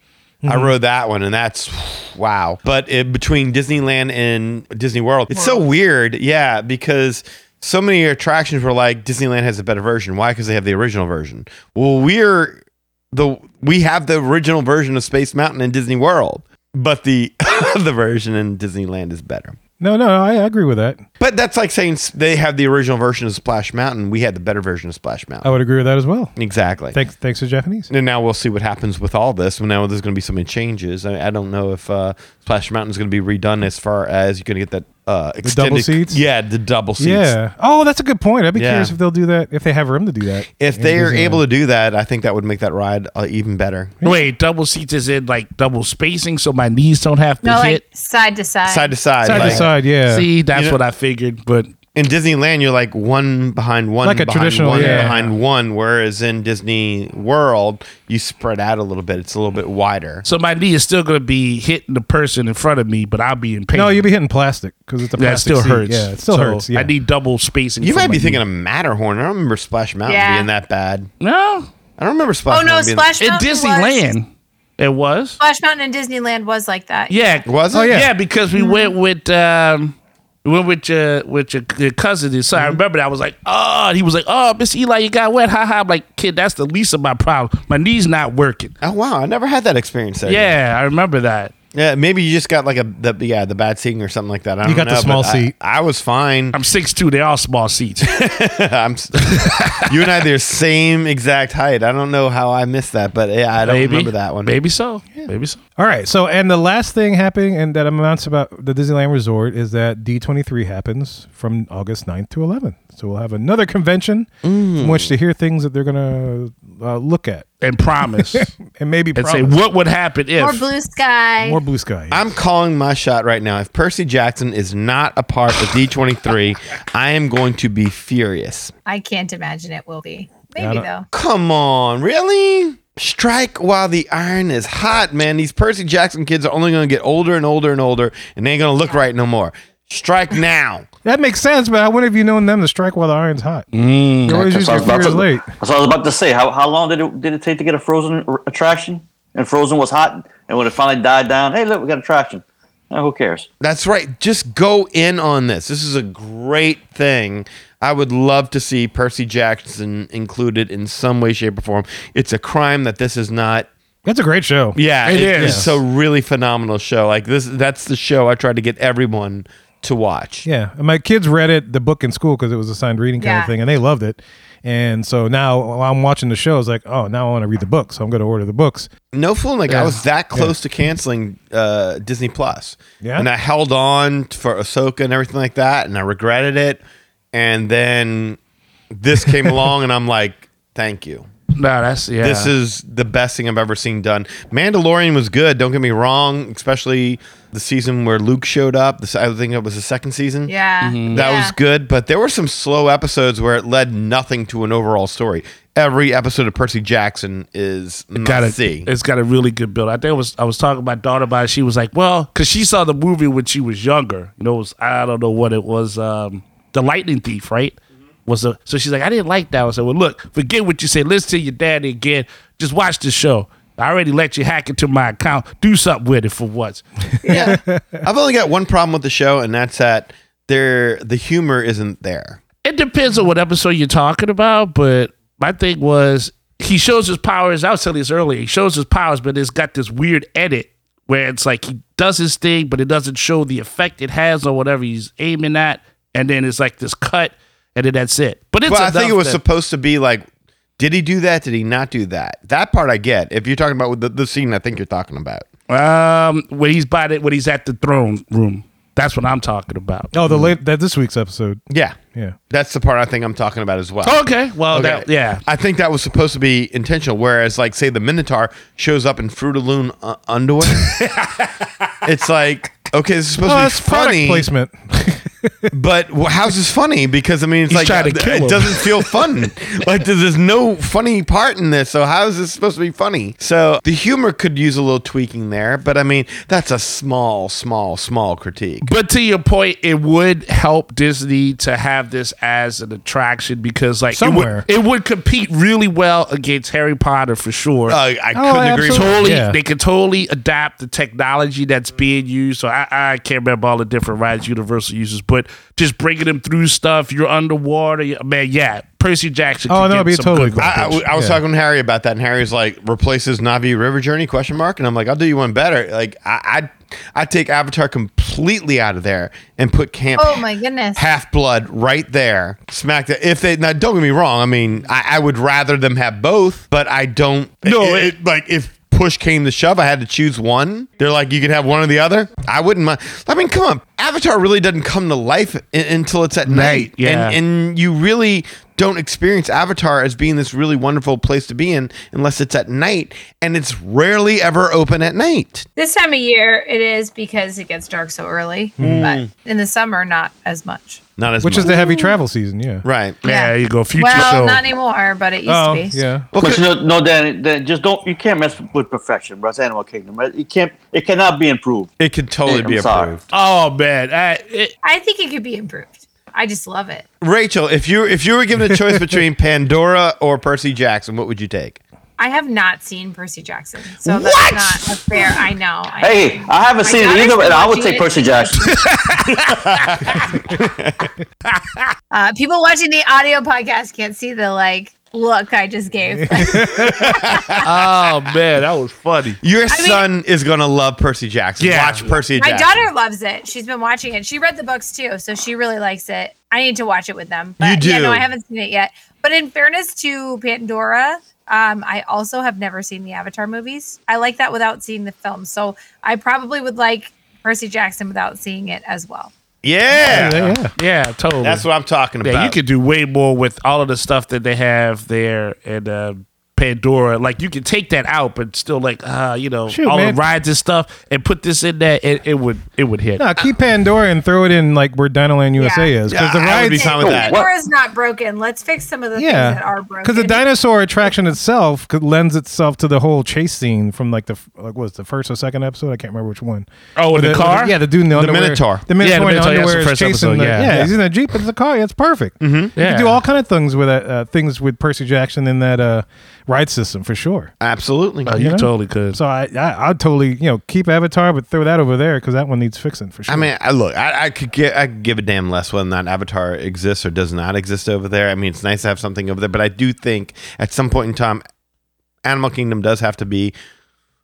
Speaker 3: I rode that one, and that's wow. But it, between Disneyland and Disney World, it's so weird. Yeah, because so many attractions were like Disneyland has a better version. Why? Because they have the original version. Well, we're the we have the original version of Space Mountain in Disney World, but the the version in Disneyland is better.
Speaker 2: no, no, I, I agree with that.
Speaker 3: But that's like saying s- they have the original version of Splash Mountain. We had the better version of Splash
Speaker 2: I
Speaker 3: Mountain.
Speaker 2: would agree with that as well.
Speaker 3: Exactly.
Speaker 2: Thanks, thanks to Japanese.
Speaker 3: and now we'll see what happens with all this. Well, now there's going to be so many changes. I, I don't know if uh, Splash Mountain is going to be redone as far as you're going to get that uh, extended.
Speaker 2: seats?
Speaker 3: Yeah, the double seats.
Speaker 2: Yeah. Oh, that's a good point. I'd be
Speaker 3: Yeah.
Speaker 2: curious if they'll do that. If they have room to do that.
Speaker 3: If they are able to do that, I think that would make that ride uh, even better.
Speaker 4: Wait, double seats is in like double spacing so my knees don't have to
Speaker 8: No,
Speaker 4: hit.
Speaker 8: like side to side.
Speaker 3: Side to side,
Speaker 2: side
Speaker 3: like,
Speaker 2: to side, yeah.
Speaker 4: See, that's
Speaker 3: You know-
Speaker 4: what I figured, but
Speaker 3: In Disneyland, you're like one behind one,
Speaker 2: Like a
Speaker 3: behind
Speaker 2: traditional-
Speaker 3: one
Speaker 2: yeah.
Speaker 3: behind one. Whereas in Disney World, you spread out a little bit. It's a little bit wider.
Speaker 4: so my knee is still gonna be hitting the person in front of me, but I'll be in pain.
Speaker 2: No, you'll be hitting plastic because it's a
Speaker 4: that
Speaker 2: plastic
Speaker 4: still
Speaker 2: seat.
Speaker 4: hurts.
Speaker 2: Yeah, it still
Speaker 4: So
Speaker 2: hurts. Yeah.
Speaker 4: I need double spacing.
Speaker 3: You
Speaker 4: for
Speaker 3: might
Speaker 4: my
Speaker 3: be
Speaker 4: knee.
Speaker 3: thinking of Matterhorn. I don't remember Splash Mountain
Speaker 8: Yeah.
Speaker 3: being that bad.
Speaker 4: no
Speaker 3: I don't remember Splash
Speaker 8: Oh no,
Speaker 3: Mountain being
Speaker 8: Splash
Speaker 4: in
Speaker 8: Mountain was-
Speaker 4: Disneyland. It was
Speaker 8: Splash Mountain and Disneyland was like that.
Speaker 4: yeah.
Speaker 3: Was it?
Speaker 2: Oh, yeah.
Speaker 4: yeah, because we went with um, we went with your with your, your cousin. And so I remember that I was like, oh, and he was like, oh, Miss Eli, you got wet, ha ha. I'm like, kid, that's the least of my problem. My knee's not working.
Speaker 3: Oh wow, I never had that experience. There.
Speaker 4: Yeah, I remember that.
Speaker 3: Yeah, maybe you just got like a the, yeah the bad seating or something like that. I don't
Speaker 2: got the
Speaker 3: know,
Speaker 2: small
Speaker 3: but
Speaker 2: seat.
Speaker 3: I, I was fine.
Speaker 4: I'm six two. They all small seats.
Speaker 3: I'm, s- you and I, they're same exact height. I don't know how I missed that, but yeah, I don't
Speaker 4: Maybe.
Speaker 3: remember that one.
Speaker 4: Maybe so. Maybe so.
Speaker 2: All right. So, and the last thing happening and that amounts about the Disneyland Resort is that D23 happens from August 9th to 11th. So we'll have another convention from which to hear things that they're going to uh, look at
Speaker 4: And promise. and
Speaker 2: and maybe
Speaker 4: say
Speaker 2: promise.
Speaker 4: what would happen if
Speaker 8: More blue sky.
Speaker 2: more blue sky.
Speaker 3: I'm calling my shot right now. If Percy Jackson is not a part of D23, I am going to be furious.
Speaker 8: I can't imagine it will be. Maybe though.
Speaker 3: Come on, really? Strike while the iron is hot, man. These Percy Jackson kids are only going to get older and older and older, and they ain't going to look right no more. Strike now.
Speaker 2: that makes sense, but I wouldn't have you known them to strike while the iron's hot. you always
Speaker 9: That's
Speaker 2: use
Speaker 9: what I
Speaker 2: your
Speaker 9: was about
Speaker 2: fears
Speaker 9: to-
Speaker 2: late.
Speaker 9: that's what I was about to say. How, how long did it did it take to get a Frozen r- attraction? And Frozen was hot, and when it finally died down, hey, look, we got attraction. Uh, who cares?
Speaker 3: That's right. Just go in on this. This is a great thing. I would love to see Percy Jackson included in some way, shape, or form. It's a crime that this is not
Speaker 2: That's a great show.
Speaker 3: Yeah,
Speaker 4: It
Speaker 3: it-
Speaker 4: is.
Speaker 3: It's a really phenomenal show. Like this, that's the show I tried to get everyone to watch.
Speaker 2: Yeah, and my kids read it, the book in school, because it was assigned reading kind of
Speaker 8: Yeah.
Speaker 2: thing, and they loved it. And so now while I'm watching the show, it's like, oh, now I want to read the book, so I'm going to order the books.
Speaker 3: No fooling, like I was that close to canceling uh, Disney Plus.
Speaker 2: Yeah.
Speaker 3: and I held on for Ahsoka and everything like that, and I regretted it. And then this came along, and I'm like, thank you.
Speaker 4: No, that's yeah.
Speaker 3: This is the best thing I've ever seen done. Mandalorian was good. Don't get me wrong, especially the season where Luke showed up. This I think it was the second season.
Speaker 8: Yeah.
Speaker 3: That
Speaker 8: Yeah.
Speaker 3: was good, but there were some slow episodes where it led nothing to an overall story. Every episode of Percy Jackson is
Speaker 4: got a,
Speaker 3: must see.
Speaker 4: It's got a really good build. I think it was I was talking to my daughter about it. She was like, well, because she saw the movie when she was younger. You know, it was, I don't know what it was. Um, the Lightning Thief, right? Was a, so she's like, I didn't like that. I said, well, look, forget what you said. Listen to your daddy again. Just watch the show. I already let you hack into my account. Do something with it for once.
Speaker 3: Yeah. I've only got one problem with the show, and that's that there the humor isn't there.
Speaker 4: It depends on what episode you're talking about, but my thing was he shows his powers. I was telling you this earlier. He shows his powers, but it's got this weird edit where it's like he does his thing, but it doesn't show the effect it has on whatever he's aiming at, and then it's like this cut, and then that's it. But it's
Speaker 3: Well, I think it
Speaker 4: enough
Speaker 3: was
Speaker 4: that-
Speaker 3: supposed to be like, did he do that? Did he not do that? That part I get. If you're talking about with the, the scene, I think you're talking about.
Speaker 4: um when he's by the, when he's at the throne room. That's what I'm talking about.
Speaker 2: Oh, the late that this week's episode.
Speaker 3: Yeah.
Speaker 2: Yeah.
Speaker 3: That's the part I think I'm talking about as well.
Speaker 4: Okay, well that yeah.
Speaker 3: I think that was supposed to be intentional. Whereas, like, say the Minotaur shows up in Fruit of Loom uh, underwear, it's like, okay, this is supposed
Speaker 2: Oh,
Speaker 3: to be
Speaker 2: that's product
Speaker 3: funny,
Speaker 2: placement.
Speaker 3: but wh- how's this funny? Because I mean, it's
Speaker 4: He's
Speaker 3: like
Speaker 4: trying to
Speaker 3: uh,
Speaker 4: kill
Speaker 3: it
Speaker 4: him.
Speaker 3: doesn't feel fun. like, there's, there's no funny part in this. So how is this supposed to be funny? So the humor could use a little tweaking there, but I mean, that's a small, small, small critique.
Speaker 4: But to your point, it would help Disney to have this as an attraction because, like,
Speaker 2: Somewhere.
Speaker 4: it would, it would compete really well against Harry Potter for sure.
Speaker 3: Uh, I couldn't agree
Speaker 2: absolutely.
Speaker 3: more.
Speaker 4: totally,
Speaker 2: yeah.
Speaker 4: they could totally adapt the technology that's being used. So I, I can't remember all the different rides Universal uses, but just bringing them through stuff. You're underwater, you- man. Yeah, Percy Jackson.
Speaker 2: Oh,
Speaker 4: could
Speaker 2: no,
Speaker 4: get
Speaker 2: it'd be
Speaker 4: some
Speaker 2: totally
Speaker 4: good
Speaker 2: cool.
Speaker 4: ones.
Speaker 3: I, I- I was talking to Harry about that, and Harry's like replaces Navi River Journey question mark, and I'm like, I'll do you one better. Like I I, I take Avatar completely out of there and put Camp
Speaker 8: Oh my goodness.
Speaker 3: Half Blood right there, smack that. If they now, don't get me wrong, I mean I, I would rather them have both, but I don't.
Speaker 4: No,
Speaker 3: it-
Speaker 4: it-
Speaker 3: it- like if push came to shove, I had to choose one. They're like, you could have one or the other. I wouldn't mind. I mean, come on, Avatar really doesn't come to life i- until it's at night,
Speaker 4: yeah.
Speaker 3: and, and you really don't experience Avatar as being this really wonderful place to be in unless it's at night, and it's rarely ever open at night.
Speaker 8: This time of year it is because it gets dark so early. But in the summer not as much.
Speaker 3: Not as
Speaker 2: Which is the heavy travel season, yeah.
Speaker 3: right.
Speaker 4: Yeah, there you go. Future
Speaker 8: well,
Speaker 4: show.
Speaker 8: not anymore, but it used
Speaker 2: Oh,
Speaker 8: to be.
Speaker 2: yeah.
Speaker 9: But you know, no, Danny, Dan, just don't. You can't mess with perfection, bro. It's Animal Kingdom. Right? You can't. It cannot be improved.
Speaker 3: It could totally
Speaker 9: I'm
Speaker 3: be
Speaker 9: sorry.
Speaker 3: approved.
Speaker 4: oh man, I, it,
Speaker 8: I think it could be improved. I just love it.
Speaker 3: Rachel, if you if you were given a choice between Pandora or Percy Jackson, what would you take?
Speaker 8: I have not seen Percy Jackson, so
Speaker 3: What?
Speaker 8: that's not a fair. I know. I
Speaker 9: Hey,
Speaker 8: know.
Speaker 9: I haven't
Speaker 8: My
Speaker 9: seen it
Speaker 8: daughter's
Speaker 9: either,
Speaker 8: been
Speaker 9: and I would
Speaker 8: watching
Speaker 9: take
Speaker 8: it.
Speaker 9: Percy Jackson.
Speaker 8: Uh, people watching the audio podcast can't see the like look I just gave.
Speaker 4: oh man, that was funny.
Speaker 3: Your son is gonna love Percy Jackson.
Speaker 4: Yeah.
Speaker 3: Watch Percy
Speaker 8: My
Speaker 3: Jackson.
Speaker 8: daughter loves it. She's been watching it. She read the books too, so she really likes it. I need to watch it with them. But
Speaker 3: You
Speaker 8: yeah, no,
Speaker 3: do.
Speaker 8: I haven't seen it yet. But in fairness to Pandora, Um, I also have never seen the Avatar movies. I like that without seeing the film. So I probably would like Percy Jackson without seeing it as well.
Speaker 3: Yeah.
Speaker 2: Yeah, yeah.
Speaker 4: Yeah, totally.
Speaker 3: That's what I'm talking about.
Speaker 4: Yeah, you could do way more with all of the stuff that they have there and uh, Pandora. Like you could take that out, but still, like uh, you know,
Speaker 2: Shoot,
Speaker 4: all
Speaker 2: man.
Speaker 4: the rides and stuff, and put this in there. It, it would it would hit.
Speaker 2: No, keep Pandora and throw it in like where Dinoland USA is because the
Speaker 3: Yeah, I would
Speaker 2: rides
Speaker 3: be fine with that.
Speaker 8: Pandora is not broken. Let's fix some of the things that are
Speaker 2: Yeah,
Speaker 8: broken.
Speaker 2: because the dinosaur attraction itself could lends itself to the whole chase scene from like the f- like was the first or second episode I can't remember which one.
Speaker 4: Oh, with
Speaker 2: Where
Speaker 4: the car?
Speaker 2: yeah, the dude in the, underwear,
Speaker 3: Minotaur.
Speaker 2: the
Speaker 4: Yeah,
Speaker 2: Minotaur, in
Speaker 4: the
Speaker 2: the
Speaker 4: Minotaur, yeah, that's
Speaker 2: underwear
Speaker 4: the
Speaker 2: is
Speaker 4: first
Speaker 2: chasing
Speaker 4: episode,
Speaker 2: the
Speaker 4: yeah, yeah.
Speaker 2: he's in a jeep, it's a car, yeah, it's perfect. Mm-hmm. You
Speaker 4: Yeah.
Speaker 2: can do all kind of things with that, uh, things with Percy Jackson in that uh, ride system for sure.
Speaker 3: Absolutely.
Speaker 4: Oh, you
Speaker 2: you know?
Speaker 4: totally could.
Speaker 2: So I, I I'd totally you know keep Avatar but throw that over there because that one needs fixing for sure.
Speaker 3: I mean, I look, I, I could get, I could give a damn less whether or not Avatar exists or does not exist over there. I mean, it's nice to have something over there, but I do think at some point in time, Animal Kingdom does have to be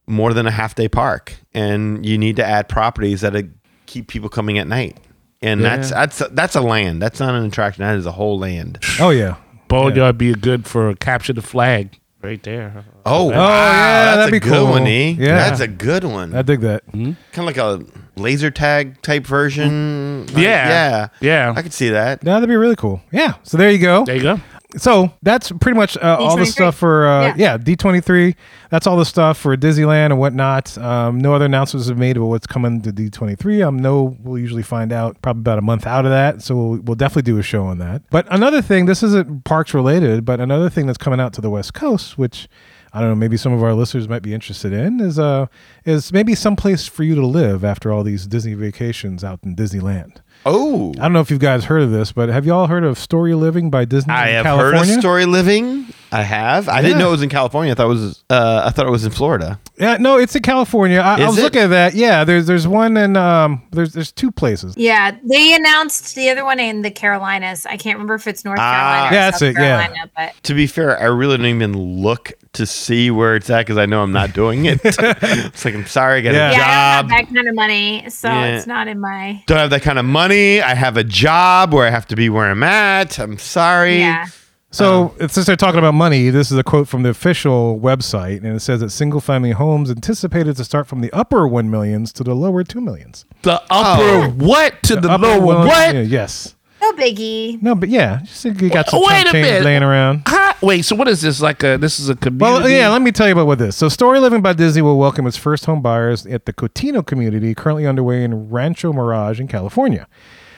Speaker 3: more than a half day park, and you need to add properties that uh, keep people coming at night. And that's that's that's a land. That's not an attraction. That is a whole land.
Speaker 2: oh yeah.
Speaker 4: Boneyard be good for capture the flag right there.
Speaker 3: Oh, wow.
Speaker 2: yeah,
Speaker 3: that's
Speaker 2: that'd
Speaker 3: a
Speaker 2: be
Speaker 3: good
Speaker 2: cool.
Speaker 3: one. E.
Speaker 2: Yeah.
Speaker 3: that's a good one.
Speaker 2: I dig that.
Speaker 4: Hmm?
Speaker 3: kind of like a laser tag type version. Like,
Speaker 4: Yeah.
Speaker 3: yeah,
Speaker 4: Yeah.
Speaker 3: I could see that.
Speaker 2: Yeah, that'd be really cool. Yeah. So there you go.
Speaker 4: There you go.
Speaker 2: so that's pretty much uh, all the
Speaker 8: D23.
Speaker 2: stuff for uh,
Speaker 8: Yeah.
Speaker 2: yeah. D23. That's all the stuff for Disneyland and whatnot. Um, no other announcements have made about what's coming to D23. Um, no, we'll usually find out probably about a month out of that. So we'll, we'll definitely do a show on that. But another thing, this isn't parks related, but another thing that's coming out to the West Coast, which I don't know, maybe some of our listeners might be interested in, is uh is maybe someplace for you to live after all these Disney vacations out in Disneyland.
Speaker 3: Oh,
Speaker 2: I don't know if you guys heard of this, but have you all heard of Story Living by Disney?
Speaker 3: I
Speaker 2: in
Speaker 3: have
Speaker 2: California?
Speaker 3: heard of story living. I have. I didn't
Speaker 2: Yeah.
Speaker 3: know it was in California. I thought it was. Uh, I thought it was in Florida.
Speaker 2: Yeah, no, it's in California. I, I
Speaker 3: Is
Speaker 2: was
Speaker 3: it?
Speaker 2: looking at that. Yeah, there's there's one in um there's there's two places.
Speaker 8: yeah, they announced the other one in the Carolinas. I can't remember if it's North Carolina.
Speaker 2: Yeah,
Speaker 8: or
Speaker 2: that's
Speaker 8: South
Speaker 2: it, yeah.
Speaker 8: Carolina, but
Speaker 3: To be fair, I really didn't even look to see where it's at because I know I'm not doing it. it's like I'm sorry, I got
Speaker 2: Yeah.
Speaker 3: a
Speaker 8: yeah,
Speaker 3: job.
Speaker 8: I don't have that kind of money, so
Speaker 3: Yeah.
Speaker 8: it's not in my.
Speaker 3: don't have that kind of money. I have a job where I have to be where I'm at. I'm sorry.
Speaker 8: Yeah.
Speaker 4: Oh.
Speaker 2: So since they're talking about money, this is a quote from the official website, and it says that single family homes anticipated to start from the upper one millions to the lower two millions.
Speaker 4: The upper what to the,
Speaker 2: Oh. Upper
Speaker 4: lower
Speaker 2: one-
Speaker 4: what?
Speaker 2: yeah, yes.
Speaker 8: No biggie.
Speaker 2: No, but yeah, just think you got some
Speaker 4: Wait
Speaker 2: chump
Speaker 4: a
Speaker 2: change
Speaker 4: minute.
Speaker 2: laying around.
Speaker 4: Huh? Wait, so what is this? Like a this is a community?
Speaker 2: Well, yeah, let me tell you about what this. So, Story Living by Disney will welcome its first home buyers at the Cotino community currently underway in Rancho Mirage in California.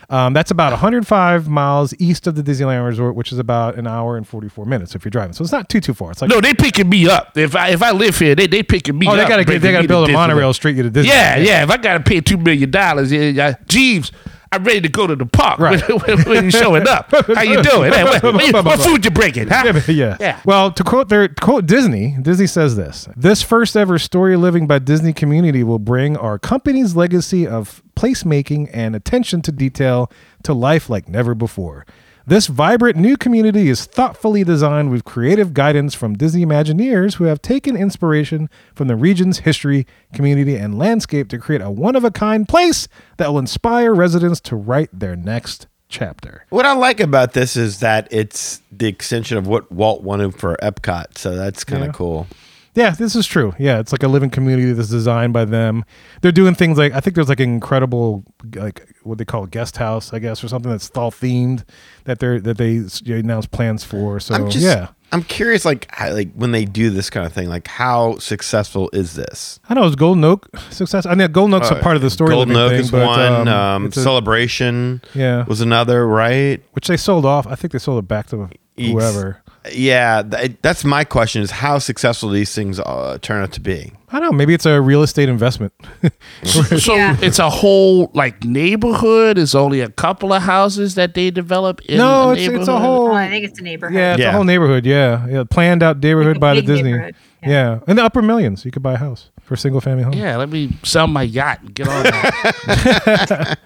Speaker 2: Um, that's about 105 miles east of the Disneyland Resort, which is about an hour and 44 minutes if you're driving. So it's not too too far. It's like
Speaker 4: no, they picking me up. If I if I live here, they they picking me
Speaker 2: oh,
Speaker 4: up.
Speaker 2: they gotta get,
Speaker 4: bringing
Speaker 2: they
Speaker 4: me
Speaker 2: gotta
Speaker 4: to
Speaker 2: build a
Speaker 4: Disneyland.
Speaker 2: monorail street to Disney.
Speaker 4: Yeah, yeah. If I gotta pay two million dollars, yeah, yeah, Jeeves, I'm ready to go to the park.
Speaker 2: Right.
Speaker 4: When, when, when you showing up, how you doing? Hey, what, what you- what food you bringing? Huh?
Speaker 2: yeah.
Speaker 4: Yeah.
Speaker 2: Well, to quote their to quote Disney, Disney says this: "This first ever story living by Disney community will bring our company's legacy of placemaking and attention to detail to life like never before." This vibrant new community is thoughtfully designed with creative guidance from Disney Imagineers who have taken inspiration from the region's history, community, and landscape to create a one of a kind place that will inspire residents to write their next chapter.
Speaker 3: What I like about this is that it's the extension of what Walt wanted for Epcot. So that's kind of cool.
Speaker 2: Yeah, this is true. Yeah, it's like a living community that's designed by them. They're doing things like I think there's like an incredible like what they call a guest house, I guess, or something that's all themed that they're that they s- you know, announce plans for. So
Speaker 3: I'm just
Speaker 2: yeah,
Speaker 3: I'm curious like how, like when they do this kind of thing, like how successful is this?
Speaker 2: I know it's Golden Oak success. I know Golden Oak's a part of the story.
Speaker 3: Uh, Golden
Speaker 2: living
Speaker 3: Oak
Speaker 2: thing,
Speaker 3: is
Speaker 2: but,
Speaker 3: one, um,
Speaker 2: it's a-
Speaker 3: Celebration
Speaker 2: Yeah.
Speaker 3: was another, right?
Speaker 2: which they sold off. I think they sold it back to whoever.
Speaker 3: Yeah, th- that's my question is how successful these things uh, turn out to be.
Speaker 2: I don't know. Maybe it's a real estate investment.
Speaker 4: So
Speaker 8: Yeah.
Speaker 4: it's a whole like neighborhood. It's only a couple of houses that they develop in
Speaker 2: no,
Speaker 4: a
Speaker 2: it's,
Speaker 4: neighborhood.
Speaker 2: it's a
Speaker 8: Oh,
Speaker 2: whole.
Speaker 8: I think it's a neighborhood.
Speaker 2: Yeah, it's a
Speaker 3: Yeah.
Speaker 2: whole neighborhood. Yeah, yeah, planned out neighborhood
Speaker 8: Like a
Speaker 2: by the
Speaker 8: big
Speaker 2: Disney. Yeah.
Speaker 8: neighborhood, yeah.
Speaker 2: and the upper millions, you could buy a house for a single family home.
Speaker 4: Yeah, let me sell my yacht and get on. that.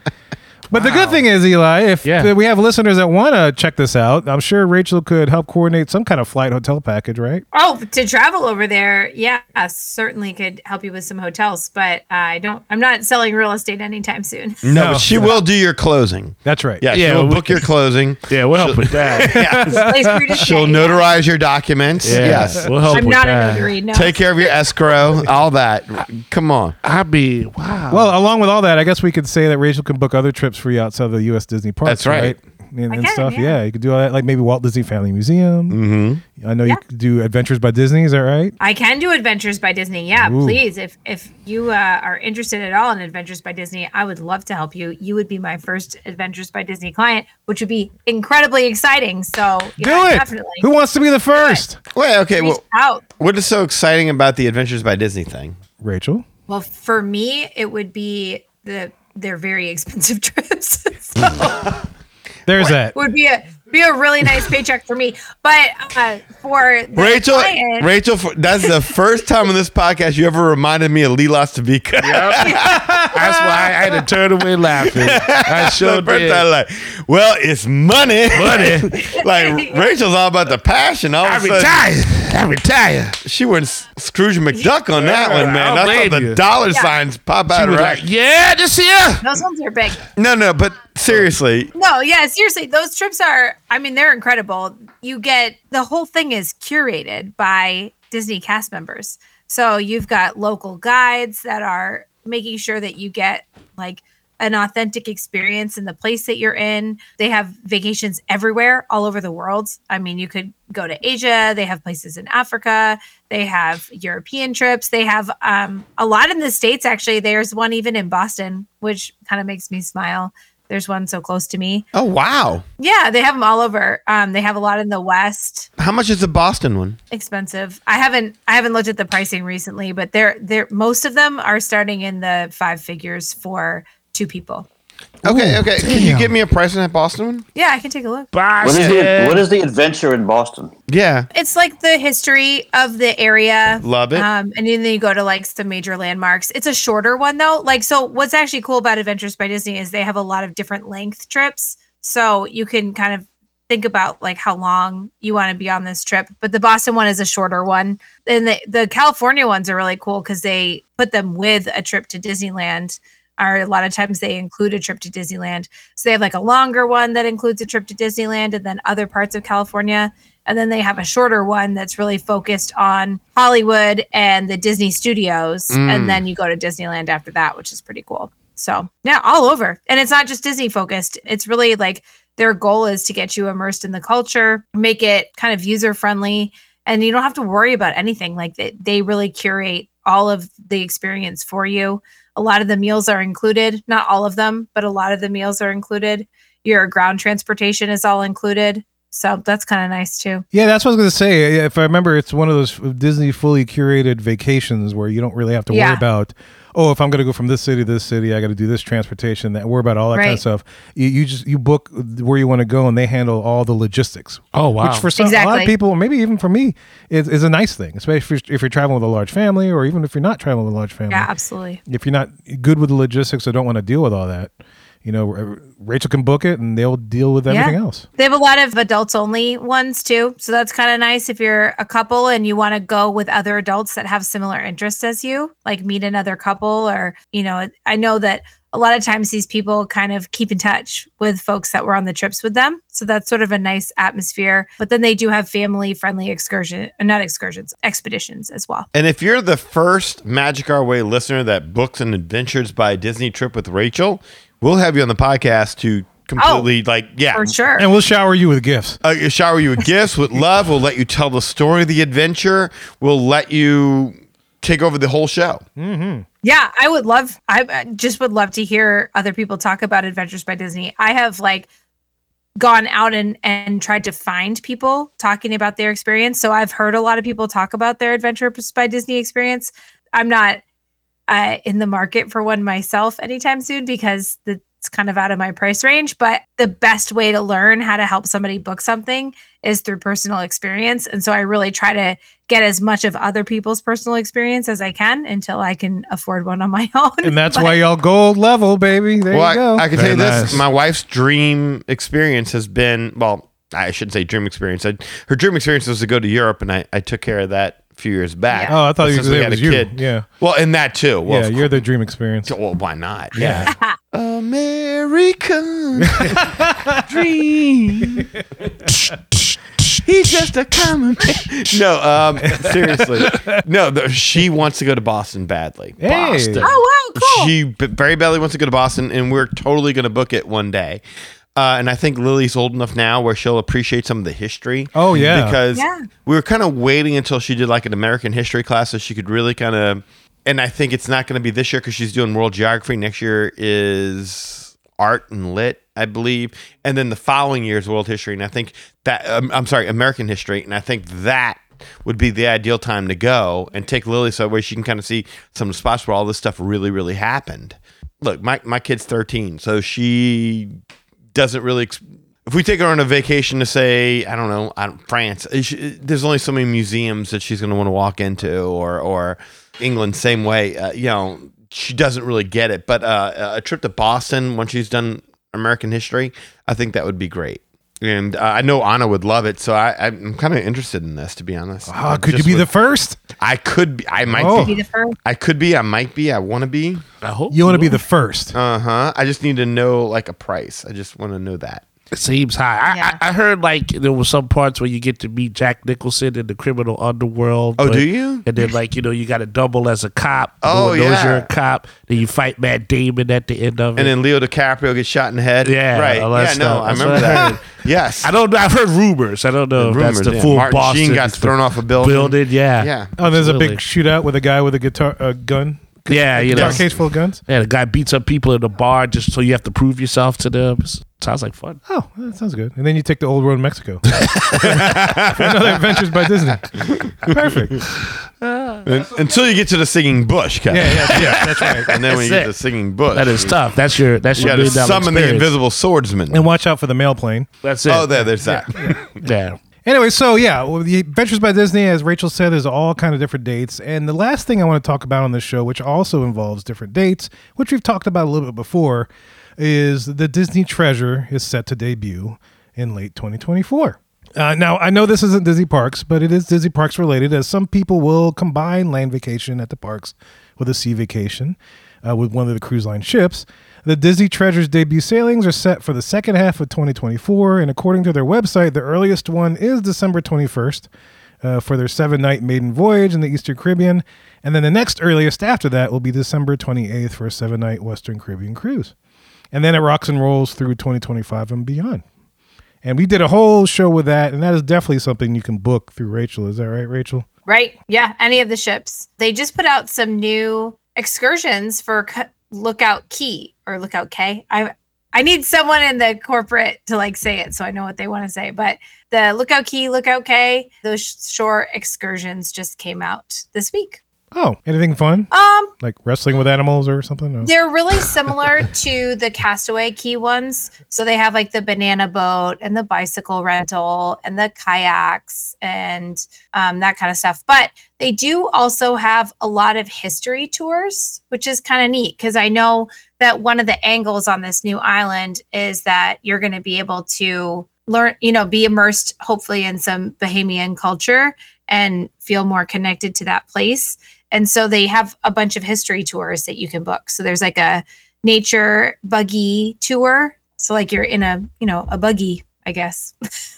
Speaker 2: But the good thing is, Eli, if
Speaker 4: Yeah.
Speaker 2: th- we have listeners that want to check this out, I'm sure Rachel could help coordinate some kind of flight hotel package, right?
Speaker 8: Oh, to travel over there, yeah, certainly could help you with some hotels, but I don't. I'm not selling real estate anytime soon.
Speaker 3: No, but she will do your closing.
Speaker 2: That's right.
Speaker 3: Yeah,
Speaker 4: Yeah,
Speaker 3: she'll
Speaker 4: we
Speaker 3: book your closing.
Speaker 4: Yeah, we'll help with that.
Speaker 3: Yeah.
Speaker 8: Place for you to
Speaker 3: She'll
Speaker 8: stay.
Speaker 3: notarize your documents.
Speaker 4: Yeah,
Speaker 3: Yes.
Speaker 4: we'll help
Speaker 8: I'm
Speaker 4: with
Speaker 8: not a
Speaker 4: that.
Speaker 8: notary. No.
Speaker 3: Take care of your escrow, all that. Come on.
Speaker 4: I mean, wow.
Speaker 2: Well, along with all that, I guess we could say that Rachel can book other trips for you outside of the U.S. Disney parks.
Speaker 3: That's right.
Speaker 2: And,
Speaker 8: I
Speaker 2: and
Speaker 8: can,
Speaker 2: stuff. Yeah.
Speaker 8: yeah.
Speaker 2: you could do all that, like maybe Walt Disney Family Museum.
Speaker 3: Mm-hmm.
Speaker 2: I know you
Speaker 8: Yeah.
Speaker 2: could do Adventures by Disney. Is that right?
Speaker 8: I can do Adventures by Disney. Yeah,
Speaker 2: Ooh.
Speaker 8: please. If if you uh, are interested at all in Adventures by Disney, I would love to help you. You would be my first Adventures by Disney client, which would be incredibly exciting. So
Speaker 2: do
Speaker 8: yeah,
Speaker 2: it.
Speaker 8: definitely
Speaker 2: Who wants to be the first?
Speaker 3: Wait, okay.
Speaker 8: reach
Speaker 3: Well,
Speaker 8: out.
Speaker 3: what is so exciting about the Adventures by Disney thing?
Speaker 2: Rachel.
Speaker 8: Well, for me, it would be the they're very expensive trips. so
Speaker 2: There's that.
Speaker 8: would be a be a really nice paycheck for me. But uh, for the
Speaker 3: Rachel,
Speaker 8: client-
Speaker 3: Rachel, for- that's the first time on this podcast you ever reminded me of Lila Stavika.
Speaker 4: That's why I had to turn away laughing. I
Speaker 3: So
Speaker 4: sure
Speaker 3: the first
Speaker 4: did.
Speaker 3: time, like, well, it's money. Money. like Rachel's all about the passion. All
Speaker 4: I
Speaker 3: of a sudden,
Speaker 4: retire. I retire.
Speaker 3: she went S- Scrooge McDuck on that one, man.
Speaker 4: I'll
Speaker 3: That's how
Speaker 4: blame
Speaker 3: the
Speaker 4: you.
Speaker 3: dollar signs pop out,
Speaker 4: She was
Speaker 3: right?
Speaker 4: like, yeah, this here.
Speaker 8: those ones are big.
Speaker 3: no, no, but seriously,
Speaker 8: No, yeah, seriously, those trips are, I mean, they're incredible. You get the whole thing is curated by Disney cast members. So you've got local guides that are making sure that you get like an authentic experience in the place that you're in. They have vacations everywhere, all over the world. I mean, you could go to Asia, they have places in Africa, they have European trips, they have um, a lot in the States, actually. There's one even in Boston, which kind of makes me smile. There's one so close to me.
Speaker 3: oh wow,
Speaker 8: Yeah, they have them all over. Um, they have a lot in the West.
Speaker 3: how much is the Boston one?
Speaker 8: Expensive. I haven't I haven't looked at the pricing recently, but they're they're most of them are starting in the five figures for two people.
Speaker 4: Oh,
Speaker 3: Okay, okay. Can you give me a price on that Boston one?
Speaker 8: Yeah, I can take a look.
Speaker 9: What is, the,
Speaker 4: Boston.
Speaker 9: what is the adventure in Boston?
Speaker 3: Yeah,
Speaker 8: It's like the history of the area.
Speaker 3: love it.
Speaker 8: Um, and then you go to like some major landmarks. It's a shorter one though. Like, so what's actually cool about Adventures by Disney is they have a lot of different length trips. So you can kind of think about like how long you want to be on this trip. But the Boston one is a shorter one. And the, the California ones are really cool because they put them with a trip to Disneyland. Or a lot of times they include a trip to Disneyland. So they have like a longer one that includes a trip to Disneyland and then other parts of California. And then they have a shorter one that's really focused on Hollywood and the Disney studios.
Speaker 3: Mm.
Speaker 8: And then you go to Disneyland after that, which is pretty cool. So, yeah, all over. And it's not just Disney focused, it's really like their goal is to get you immersed in the culture, make it kind of user friendly, and you don't have to worry about anything. Like they, they really curate all of the experience for you. A lot of the meals are included, not all of them, but a lot of the meals are included. Your ground transportation is all included. So that's kind of nice too.
Speaker 2: Yeah, that's what I was gonna say. If I remember, it's one of those Disney fully curated vacations where you don't really have to
Speaker 8: Yeah.
Speaker 2: worry about, oh, if I'm gonna go from this city to this city, I got to do this transportation, that worry about all that kind of
Speaker 8: Right.
Speaker 2: stuff. You, you just you book where you want to go, and they handle all the logistics.
Speaker 4: Oh, wow.
Speaker 2: Which for some a lot of
Speaker 8: Exactly.
Speaker 2: people, maybe even for me, is, is a nice thing, especially if you're, if you're traveling with a large family, or even if you're not traveling with a large family.
Speaker 8: Yeah, absolutely.
Speaker 2: If you're not good with the logistics or don't want to deal with all that, you know, R- Rachel can book it, and they'll deal with
Speaker 8: Yeah.
Speaker 2: everything else.
Speaker 8: They have a lot of adults only ones too. So that's kind of nice if you're a couple and you want to go with other adults that have similar interests as you, like meet another couple or, you know, I know that a lot of times these people kind of keep in touch with folks that were on the trips with them. So that's sort of a nice atmosphere. But then they do have family friendly excursion, uh, not excursions, expeditions as well.
Speaker 3: And if you're the first Magic Our Way listener that books an Adventures by Disney trip with Rachel, we'll have you on the podcast to completely like yeah,
Speaker 8: For sure.
Speaker 2: And we'll shower you with gifts.
Speaker 3: uh, shower you with gifts with love. We'll let you tell the story of the adventure. We'll let you take over the whole show.
Speaker 8: Yeah, I would love. I uh, just would love to hear other people talk about Adventures by Disney. I have like gone out and and tried to find people talking about their experience. So I've heard a lot of people talk about their Adventures by Disney experience. I'm not uh, in the market for one myself anytime soon because the it's kind of out of my price range. But the best way to learn how to help somebody book something is through personal experience. And so I really try to get as much of other people's personal experience as I can until I can afford one on my own.
Speaker 2: And that's
Speaker 8: But-
Speaker 2: why y'all gold level, baby. There
Speaker 3: well,
Speaker 2: you go.
Speaker 3: I, I can tell
Speaker 2: Very
Speaker 3: you
Speaker 2: nice.
Speaker 3: this: my wife's dream experience has been well. I shouldn't say dream experience. I, her dream experience was to go to Europe, and I, I took care of that a few years back.
Speaker 2: Oh, I thought
Speaker 3: But
Speaker 2: you
Speaker 3: since
Speaker 2: said
Speaker 3: we
Speaker 2: it
Speaker 3: had
Speaker 2: was
Speaker 3: a
Speaker 2: you.
Speaker 3: kid-
Speaker 2: Yeah.
Speaker 3: Well, and that too. Well,
Speaker 2: yeah,
Speaker 3: of
Speaker 2: you're the dream experience.
Speaker 3: course- well, why not?
Speaker 2: Yeah.
Speaker 3: American dream. He's just a common. no, um, seriously, no. The, she wants to go to Boston badly.
Speaker 2: Hey.
Speaker 3: Boston.
Speaker 8: Oh wow, cool.
Speaker 3: She b- very badly wants to go to Boston, and we're totally going to book it one day. Uh, and I think Lily's old enough now where she'll appreciate some of the history.
Speaker 2: Oh, yeah.
Speaker 3: because
Speaker 8: Yeah.
Speaker 3: we were kind of waiting until she did like an American history class, so she could really kind of. And I think it's not going to be this year because she's doing world geography. Next year is art and lit, I believe, and then the following year is world history. And I think that um, I'm sorry, American history. And I think that would be the ideal time to go and take Lily so that way she can kind of see some of the spots where all this stuff really, really happened. Look, my my kid's 13, so she doesn't really. Ex- if we take her on a vacation to say, I don't know, I don't, France, eh, she, eh, there's only so many museums that she's going to want to walk into, or or England, same way. Uh, you know, she doesn't really get it. But uh, a trip to Boston once she's done American history, I think that would be great. And uh, I know Anna would love it, so I, I'm kind of interested in this, to be honest.
Speaker 2: Ah,
Speaker 3: I
Speaker 2: could you
Speaker 3: just
Speaker 2: be the
Speaker 3: would-
Speaker 2: first?
Speaker 3: I could be. I might
Speaker 2: Oh.
Speaker 8: Be
Speaker 3: be.
Speaker 8: the first.
Speaker 3: I could be. I might be. I want to be.
Speaker 4: I hope
Speaker 2: You want to be the first.
Speaker 3: Uh huh. I just need to know like a price. I just want to know that.
Speaker 4: It seems high. I,
Speaker 8: Yeah.
Speaker 4: I, I heard like there were some parts where you get to meet Jack Nicholson in the criminal underworld.
Speaker 3: Oh,
Speaker 4: but-
Speaker 3: do you?
Speaker 4: And then like you know you got to double as a cop.
Speaker 3: Oh,
Speaker 4: one knows
Speaker 3: yeah.
Speaker 4: you're a cop. Then you fight Matt Damon at the end of it.
Speaker 3: And then Leo DiCaprio gets shot in the head.
Speaker 4: Yeah,
Speaker 3: Right.
Speaker 4: all that
Speaker 3: Yeah, no,
Speaker 4: stuff.
Speaker 3: I
Speaker 4: That's
Speaker 3: remember
Speaker 4: what I
Speaker 3: that.
Speaker 4: heard.
Speaker 3: yes.
Speaker 4: I don't. know. I've heard rumors. I don't know. if
Speaker 3: Rumors,
Speaker 4: that's the
Speaker 3: yeah.
Speaker 4: full
Speaker 3: Martin
Speaker 4: Boston.
Speaker 3: Sheen got thrown off a building.
Speaker 4: Building, yeah,
Speaker 3: yeah.
Speaker 2: Oh, there's a
Speaker 4: absolutely.
Speaker 2: big shootout with a guy with a guitar, a gun,
Speaker 4: yeah. You know,
Speaker 2: guitar case full of guns.
Speaker 4: yeah. The guy beats up people in the bar just so you have to prove yourself to them. It's- Sounds like fun.
Speaker 2: Oh, that sounds good. And then you take the old road to Mexico. For Another Adventures by Disney. Perfect.
Speaker 3: Un- Until you get to the singing bush, Kevin.
Speaker 2: Yeah, yeah, yeah. That's right.
Speaker 3: And then when you
Speaker 4: That's
Speaker 3: get to
Speaker 4: it.
Speaker 3: the singing bush,
Speaker 4: That is tough. That's your. That's
Speaker 3: You
Speaker 4: your
Speaker 3: got to
Speaker 4: million dollar
Speaker 3: summon the
Speaker 4: experience.
Speaker 3: invisible swordsman.
Speaker 2: And watch out for the mail plane.
Speaker 4: That's it.
Speaker 3: Oh, there, there's that.
Speaker 4: Yeah.
Speaker 2: Anyway, so yeah, well, the Adventures by Disney, as Rachel said, is all kind of different dates. And the last thing I want to talk about on this show, which also involves different dates, which we've talked about a little bit before, is the Disney Treasure is set to debut in late 2024. Uh, now, I know this isn't Disney Parks, but it is Disney Parks related, as some people will combine land vacation at the parks with a sea vacation uh, with one of the cruise line ships. The Disney Treasures debut sailings are set for the second half of 2024, and according to their website, the earliest one is December 21st uh, for their seven night maiden voyage in the Eastern Caribbean, and then the next earliest after that will be December 28th for a seven night Western Caribbean cruise. And then it rocks and rolls through 2025 and beyond. And we did a whole show with that, and that is definitely something you can book through Rachel. Is that right, Rachel?
Speaker 8: Right. Yeah. Any of the ships. They just put out some new excursions for C- Lookout Key or Lookout K. I I need someone in the corporate to like say it so I know what they want to say. But the Lookout Key, Lookout K, those sh- shore excursions just came out this week.
Speaker 2: Oh, anything fun?
Speaker 8: Um,
Speaker 2: Like wrestling with animals or something? No.
Speaker 8: they're really similar to the Castaway Key ones. So they have like the banana boat and the bicycle rental and the kayaks and um, that kind of stuff. But they do also have a lot of history tours, which is kind of neat because I know that one of the angles on this new island is that you're going to be able to learn, you know, be immersed hopefully in some Bahamian culture and feel more connected to that place and so they have a bunch of history tours that you can book so there's like a nature buggy tour so like you're in a you know a buggy i guess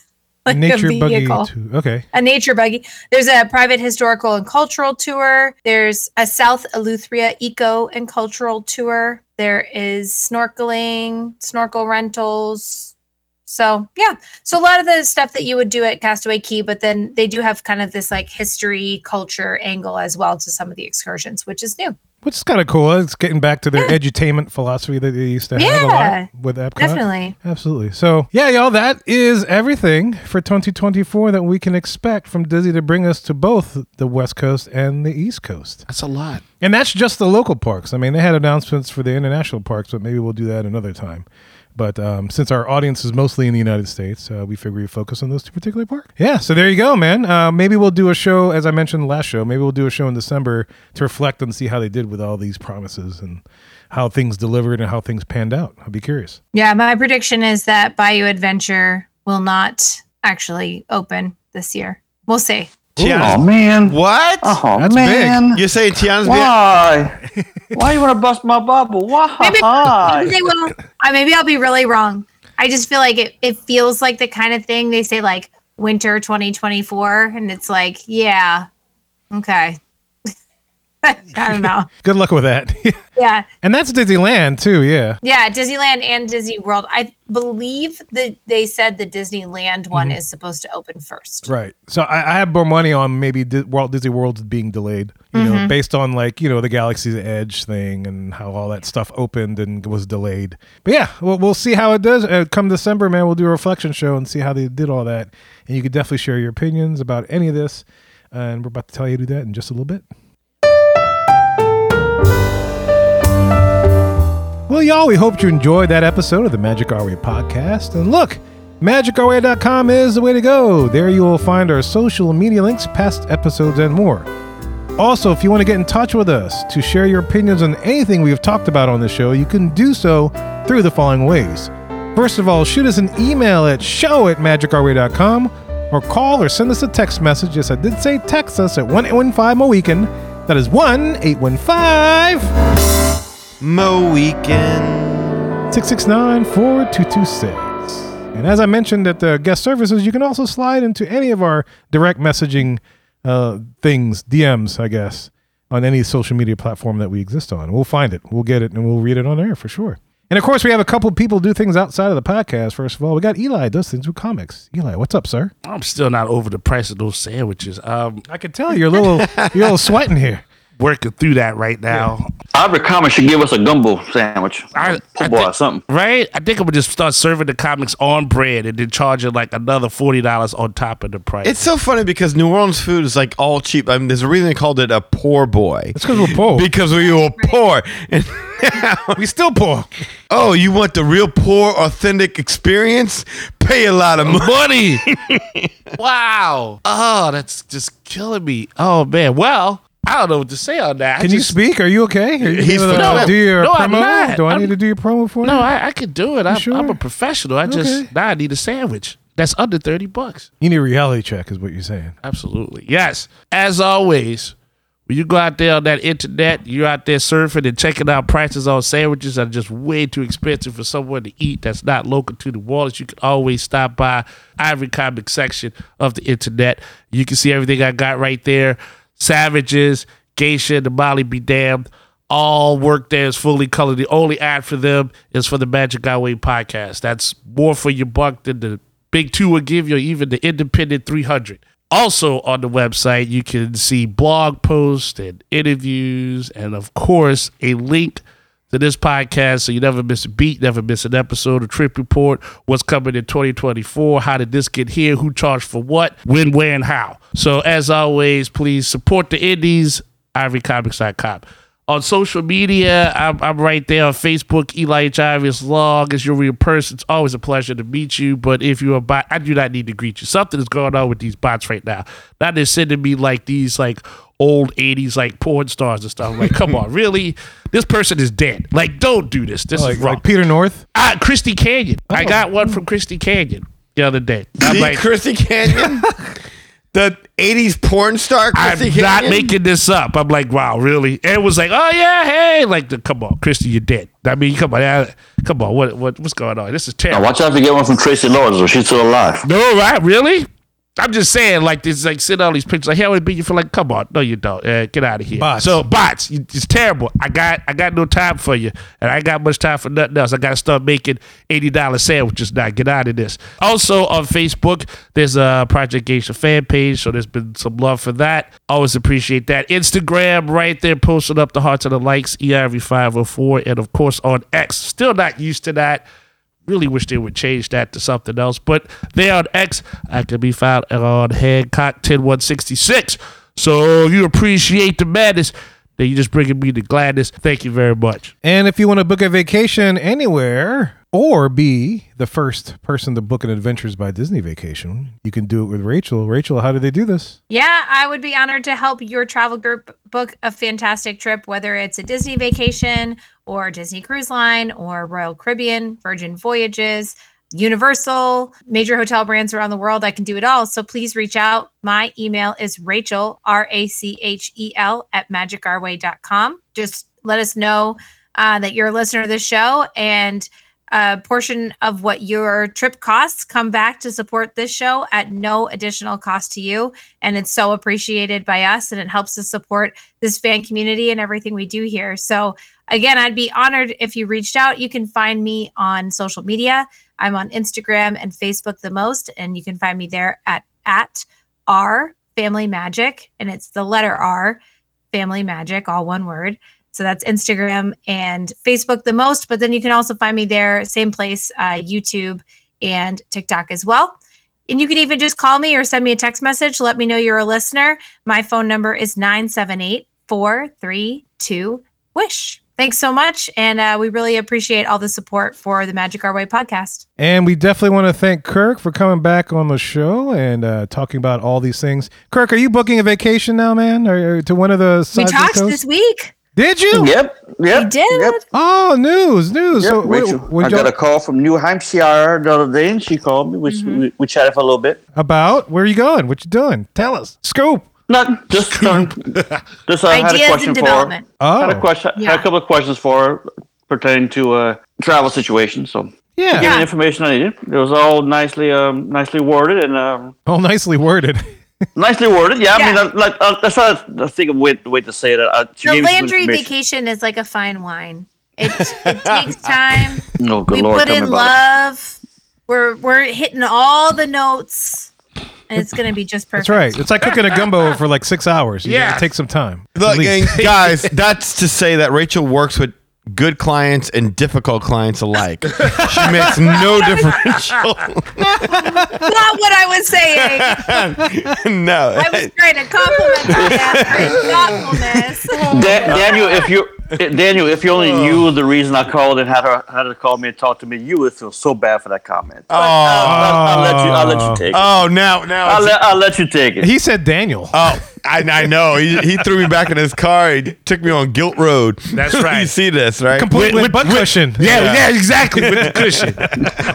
Speaker 8: like
Speaker 2: Nature
Speaker 8: a
Speaker 2: buggy.
Speaker 8: vehicle
Speaker 2: Too. Okay.
Speaker 8: a nature buggy there's a private historical and cultural tour there's a south eleutheria eco and cultural tour there is snorkeling snorkel rentals so yeah so a lot of the stuff that you would do at Castaway Key, but then they do have kind of this like history, culture angle as well to some of the excursions, which is new.
Speaker 2: which is kind of cool. It's getting back to their edutainment philosophy that they used to have a
Speaker 8: Yeah.
Speaker 2: lot with Epcot.
Speaker 8: Definitely.
Speaker 2: Absolutely. So, yeah, y'all, that is everything for 2024 that we can expect from Disney to bring us to both the West Coast and the East Coast.
Speaker 4: That's a lot.
Speaker 2: And that's just the local parks. I mean, they had announcements for the international parks, but maybe we'll do that another time. But um, since our audience is mostly in the United States, uh, we figure we focus on those two particular parks. Yeah, so there you go, man. Uh, maybe we'll do a show, as I mentioned last show, maybe we'll do a show in December to reflect and see how they did with all these promises and how things delivered and how things panned out. I'll be curious.
Speaker 8: Yeah, my prediction is that Bayou Adventure will not actually open this year. We'll see.
Speaker 9: Oh
Speaker 3: Tiana,
Speaker 9: man.
Speaker 3: what?
Speaker 9: Oh
Speaker 2: That's big.
Speaker 9: man.
Speaker 3: You're saying Tiana's being
Speaker 9: Why? Why you want to bust my bubble?
Speaker 8: Maybe,
Speaker 9: Why?
Speaker 8: they will. I, maybe I'll be really wrong. I just feel like it, it feels like the kind of thing they say, like winter 2024. And it's like, yeah, okay. I don't know.
Speaker 2: Good luck with that.
Speaker 8: Yeah.
Speaker 2: and that's Disneyland, too. Yeah.
Speaker 8: Yeah. Disneyland and Disney World. I believe that they said the Disneyland one is supposed to open first.
Speaker 2: Right. So I, I have more money on maybe Di- Walt Disney World's being delayed, you know, based on like, you know, the Galaxy's Edge thing and how all that stuff opened and was delayed. But yeah, we'll, we'll see how it does. Uh, come December, man, we'll do a reflection show and see how they did all that. And you could definitely share your opinions about any of this. And we're about to tell you to do that in just a little bit. Well, y'all, we hoped you enjoyed that episode of the Magic Our Way podcast. And look, magicourway.com is the way to go. There you will find our social media links, past episodes, and more. Also, if you want to get in touch with us to share your opinions on anything we've talked about on the show, you can do so through the following ways. First of all, shoot us an email at show at magicourway.com or call or send us a text message. Yes, I did say text us at 1815 Mohican. That is 1 815
Speaker 3: Mo Weekend.
Speaker 2: 669 4226. And as I mentioned at the guest services, you can also slide into any of our direct messaging uh, things, DMs, I guess, on any social media platform that we exist on. We'll find it, we'll get it, and we'll read it on air for sure. And of course, we have a couple people do things outside of the podcast. First of all, we got Eli does things with comics. Eli, what's up, sir?
Speaker 4: I'm still not over the price of those sandwiches. I'm
Speaker 2: I can tell you're a little, you're a little sweating here.
Speaker 4: working through that right now.
Speaker 9: Aubrey Comics should give us a gumbo sandwich.
Speaker 4: I- I
Speaker 9: boy,
Speaker 4: think-
Speaker 9: something.
Speaker 4: Right? I think I'm gonna just start serving the comics on bread and then charging like another forty dollars on top of the price.
Speaker 3: It's so funny because New Orleans food is like all cheap. I mean, there's a reason they called it a poor boy.
Speaker 2: It's because we're poor.
Speaker 3: Because we were poor. And
Speaker 2: we still poor.
Speaker 3: oh, you want the real poor, authentic experience? Pay a lot of money.
Speaker 4: money. wow. Oh, that's just killing me. Oh man. Well, I don't know what to say on that. I
Speaker 2: Can you
Speaker 4: just-
Speaker 2: speak? Are you okay? Are you
Speaker 3: He's
Speaker 2: able to
Speaker 3: phenomenal.
Speaker 2: do your
Speaker 4: No, I'm
Speaker 2: promo?
Speaker 4: not.
Speaker 2: Do I
Speaker 4: I'm-
Speaker 2: need to do your promo for you?
Speaker 4: No, I, I can do it. I'm,
Speaker 2: sure?
Speaker 4: I'm a professional. I just
Speaker 2: Okay.
Speaker 4: now I need a sandwich. That's under thirty bucks.
Speaker 2: You need a reality check, is what you're saying.
Speaker 4: Absolutely. Yes. As always, when you go out there on that internet, you're out there surfing and checking out prices on sandwiches that are just way too expensive for someone to eat that's not local to the Wallace. You can always stop by Ivory Comic section of the internet. You can see everything I got right there. Savages, Geisha, the Molly be damned. All work there is fully colored. The only ad for them is for the Magic Our Way podcast. That's more for your buck than the Big Two will give you, or even the Independent 300. Also on the website, you can see blog posts and interviews, and of course, a link to this podcast so you never miss a beat, never miss an episode, a trip report, what's coming in 2024, how did this get here, who charged for what, when, where, and how. So, as always, please support the indies, ivorycomics.com. On social media, I'm, I'm right there on Facebook, Eli H. Ivy, as long as you're a real person. It's always a pleasure to meet you. But if you're a bot, I do not need to greet you. Something is going on with these bots right now. Now they're sending me like these like old 80s like porn stars and stuff. I'm like, come on, really? This person is dead. Like, don't do this. This
Speaker 2: Like, Oh.
Speaker 4: is wrong.
Speaker 2: like Peter North.
Speaker 4: Ah, Christy Canyon. I got one from Christy Canyon the other day. I'm
Speaker 3: The
Speaker 4: like,
Speaker 3: Chrissy Canyon? the 80s porn star
Speaker 4: I'm
Speaker 3: Chrissy
Speaker 4: not
Speaker 3: Canyon?
Speaker 4: making this up. I'm like, wow, really? And it was like, oh yeah, hey, like, the, come on, Christy, you're dead. I mean, come on, I- come on, what, what, what's going on? This is
Speaker 9: Now,
Speaker 4: terrible.
Speaker 9: watch out if you get one from Tracy Lords, or she's still alive.
Speaker 4: No, right? Really? I'm just saying, like this, like sending all these pictures. Like, hey, I want to beat you for like, come on, no, you don't. Uh, get out of here.
Speaker 2: Bots.
Speaker 4: So bots, you- it's terrible. I got, I got no time for you, and I ain't got much time for nothing else. I got to start making eighty dollar sandwiches now. Get out of this. Also on Facebook, there's a Project Geisha fan page, so there's been some love for that. Always appreciate that. Instagram, right there, posting up the hearts and the likes. EIV five hundred four, and of course on X. Still not used to that really wish they would change that to something else. But they on X. I can be found on Hancock 10166. So you appreciate the madness. Then you just bringing me to gladness. Thank you very much.
Speaker 2: And if you want to book a vacation anywhere or be the first person to book an Adventures by Disney vacation, you can do it with Rachel. Rachel, how do they do this?
Speaker 8: Yeah, I would be honored to help your travel group book a fantastic trip, whether it's a Disney vacation or Disney Cruise Line or Royal Caribbean, Virgin Voyages, Universal, major hotel brands around the world. I can do it all. So please reach out. My email is Rachel, R A C H E L, at magicourway.com. Just let us know uh, that you're a listener of the show and a portion of what your trip costs come back to support this show at no additional cost to you and it's so appreciated by us and it helps us support this fan community and everything we do here so again i'd be honored if you reached out you can find me on social media i'm on instagram and facebook the most and you can find me there at at r family magic and it's the letter r family magic all one word so that's instagram and facebook the most but then you can also find me there same place uh, youtube and tiktok as well and you can even just call me or send me a text message. Let me know you're a listener. My phone number is 978 432 WISH. Thanks so much. And uh, we really appreciate all the support for the Magic Our Way podcast.
Speaker 2: And we definitely want to thank Kirk for coming back on the show and uh, talking about all these things. Kirk, are you booking a vacation now, man? Or or to one of the
Speaker 8: We
Speaker 2: sides of the
Speaker 8: talked
Speaker 2: coast?
Speaker 8: this week.
Speaker 2: Did you?
Speaker 9: Yep, yep.
Speaker 8: We did.
Speaker 9: Yep,
Speaker 2: Oh, news, news.
Speaker 9: yep.
Speaker 2: so, what-
Speaker 9: Rachel,
Speaker 2: what
Speaker 9: I
Speaker 2: y'all-
Speaker 9: got a call from New Hampshire the other day, and she called me. We,
Speaker 8: Mm-hmm.
Speaker 9: we, we chatted for a little bit.
Speaker 2: about where you going? What you doing? Tell us. Scoop.
Speaker 9: Not just just uh, had a
Speaker 8: Ideas
Speaker 9: question
Speaker 8: in
Speaker 9: for her.
Speaker 8: development.
Speaker 9: Had a
Speaker 2: Oh,
Speaker 9: question. Had
Speaker 8: Yeah.
Speaker 9: a couple of questions for her pertaining to uh, travel situation. So
Speaker 2: yeah.
Speaker 9: gave me
Speaker 8: Yeah.
Speaker 9: the information I needed. It was all nicely um, nicely worded and um,
Speaker 2: All nicely worded.
Speaker 9: nicely worded. Yeah, I
Speaker 8: Yeah.
Speaker 9: mean, I, like uh, that's not the thing of way, the way to say that. Uh, she
Speaker 8: The
Speaker 9: gave me some
Speaker 8: Landry
Speaker 9: information.
Speaker 8: vacation is like a fine wine, it, it takes time.
Speaker 9: No, Oh, good
Speaker 8: we
Speaker 9: lord,
Speaker 8: put
Speaker 9: tell me
Speaker 8: in
Speaker 9: about
Speaker 8: love. We're, we're hitting all the notes, and it's going to be just perfect.
Speaker 2: That's right. It's like cooking a gumbo for like six hours. You
Speaker 4: Yeah.
Speaker 2: gotta take some time. at
Speaker 3: Look,
Speaker 2: least.
Speaker 3: and guys, that's to say that Rachel works with good clients and difficult clients alike. she makes no differential.
Speaker 8: Not what I was saying.
Speaker 3: no.
Speaker 8: I was trying to compliment Catherine's thoughtfulness.
Speaker 9: Da- Daniel, if you eh, Daniel, if you only
Speaker 4: Oh.
Speaker 9: knew the reason I called and had her had her call me and talk to me, you would feel so bad for that comment.
Speaker 4: Oh.
Speaker 9: But I'll, I'll, I'll let you. I'll let you take it.
Speaker 3: oh, now, now.
Speaker 9: I'll
Speaker 3: it's-
Speaker 9: let, I'll let you take it.
Speaker 2: he said Daniel.
Speaker 3: Oh, I, I know. He, he threw me back in his car. He took me on Guilt Road.
Speaker 4: That's
Speaker 3: you
Speaker 4: right.
Speaker 3: see this, right?
Speaker 2: Complete with, butt cushion.
Speaker 4: Yeah,
Speaker 3: Yeah.
Speaker 4: yeah, exactly. With the cushion.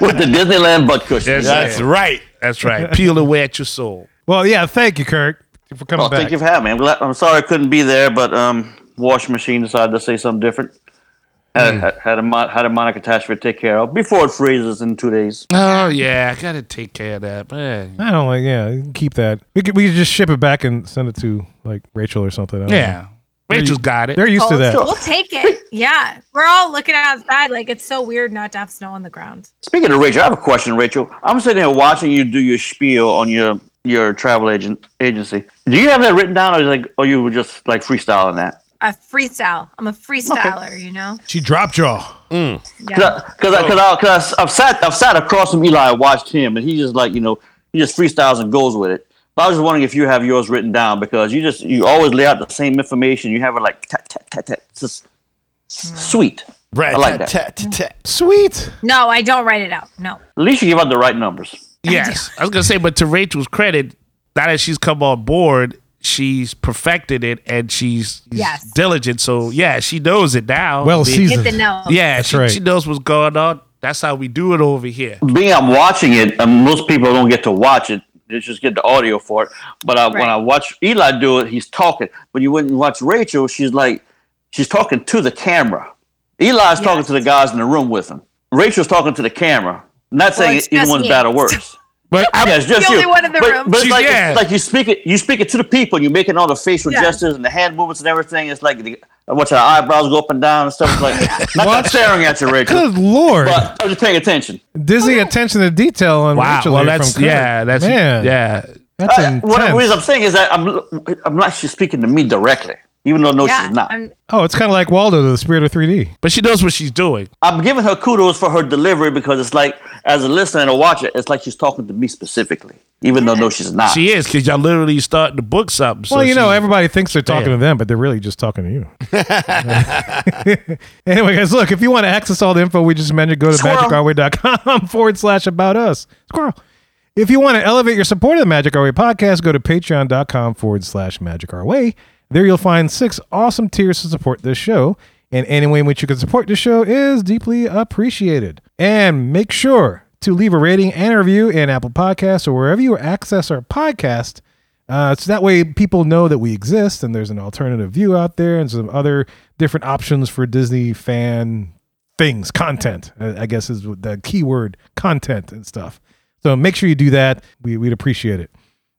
Speaker 9: With the Disneyland butt cushion.
Speaker 4: Yes,
Speaker 9: Yeah.
Speaker 3: That's right.
Speaker 4: That's right. Peel away at your soul.
Speaker 2: Well, yeah. Thank you, Kirk, for coming
Speaker 9: Well,
Speaker 2: back.
Speaker 9: Oh, thank you for having me. I'm, glad, I'm sorry I couldn't be there, but um, washing machine decided to say something different.
Speaker 4: Hmm.
Speaker 9: Had, had, had a mon- had a minor catastrophe to take care of before it freezes in two days.
Speaker 4: Oh yeah, I gotta take care of that. Man.
Speaker 2: I don't like. Yeah, you can keep that. We could, we could just ship it back and send it to like Rachel or something. I don't know.
Speaker 4: Yeah, Rachel's got it.
Speaker 2: they're
Speaker 9: Oh,
Speaker 2: used to that.
Speaker 8: Oh, We'll take it. Yeah. We're all looking outside like it's so weird not to have snow on the ground.
Speaker 9: Speaking of Rachel, I have a question, Rachel. I'm sitting here watching you do your spiel on your your travel agent agency. Do you have that written down, or is like, or you were just like freestyling that?
Speaker 8: A freestyle. I'm a freestyler, you know?
Speaker 2: She dropped jaw.
Speaker 8: Yeah.
Speaker 9: Because because I, cause I, cause I, I've sat I've sat across from Eli and watched him, and he just like you know he just freestyles and goes with it. But I was just wondering if you have yours written down because you just you always lay out the same information. You have it like tat tat tat tat. It's just s- sweet.
Speaker 3: Right.
Speaker 9: I like that.
Speaker 3: Tat, tat, tat.
Speaker 2: Sweet.
Speaker 8: No, I don't write it out. No.
Speaker 9: At least you give out the right numbers.
Speaker 4: Yes, I was gonna say, but to Rachel's credit, now that she's come on board, she's perfected it and she's she's
Speaker 8: Yes.
Speaker 4: diligent. So yeah, she knows it now.
Speaker 2: Well
Speaker 4: I mean,
Speaker 2: seasoned.
Speaker 8: Hit the no.
Speaker 4: yeah, she,
Speaker 2: right.
Speaker 4: she knows what's going on. That's how we do it over here.
Speaker 9: Being I'm watching it, and most people don't get to watch it. They just get the audio for it. But I, when
Speaker 8: Right.
Speaker 9: I watch Eli do it, he's talking. But you wouldn't watch Rachel. She's like she's talking to the camera. Eli's talking to the guys in the room with him. Rachel's talking to the camera. Not saying
Speaker 8: it's
Speaker 9: either
Speaker 8: just
Speaker 9: one's
Speaker 8: me.
Speaker 9: bad or worse.
Speaker 4: But I,
Speaker 9: Yeah, it's just
Speaker 8: The only
Speaker 9: you.
Speaker 8: one in the
Speaker 9: but,
Speaker 8: room.
Speaker 9: But it's like,
Speaker 4: Yeah.
Speaker 9: it's like you speak it, you speak it to the people. and You're making all the facial
Speaker 8: Yeah.
Speaker 9: gestures and the hand movements and everything. It's like the, watching the eyebrows go up and down and stuff. It's like not
Speaker 2: What?
Speaker 9: that staring at you, Rachel,
Speaker 2: Good lord,
Speaker 9: but I'm just paying attention.
Speaker 2: dizzy attention to detail on
Speaker 4: wow.
Speaker 2: Rachel.
Speaker 4: well,
Speaker 2: here
Speaker 4: that's
Speaker 2: from Kurt.
Speaker 4: yeah. That's
Speaker 2: Man,
Speaker 4: yeah.
Speaker 2: That's
Speaker 9: Uh,
Speaker 2: intense.
Speaker 9: What the reason I'm saying is that I'm I'm not she's speaking to me directly, even though no,
Speaker 8: yeah,
Speaker 9: she's not. I'm,
Speaker 8: I'm-
Speaker 2: oh, it's kind of like Waldo, the spirit of 3D.
Speaker 4: But she knows what she's doing.
Speaker 9: giving her kudos for her delivery because it's like, as a listener and a watcher, it's like she's talking to me specifically, even though no, she's not.
Speaker 4: She is because y'all literally starting to book something. so
Speaker 2: well, you know,
Speaker 4: she-
Speaker 2: everybody thinks they're talking
Speaker 4: Yeah.
Speaker 2: to them, but they're really just talking to you. anyway, guys, look, if you want to access all the info we just mentioned, go to
Speaker 9: Squirrel.
Speaker 2: magicarway.com forward slash about us. Squirrel. If you want to elevate your support of the Magic Our Way podcast, go to patreon.com forward slash magic our way. There you'll find six awesome tiers to support this show. And any way in which you can support the show is deeply appreciated. And make sure to leave a rating and a review in Apple Podcasts or wherever you access our podcast. Uh, so that way people know that we exist and there's an alternative view out there and some other different options for Disney fan things, content, uh, I guess is the key word content and stuff. So make sure you do that. We, we'd appreciate it.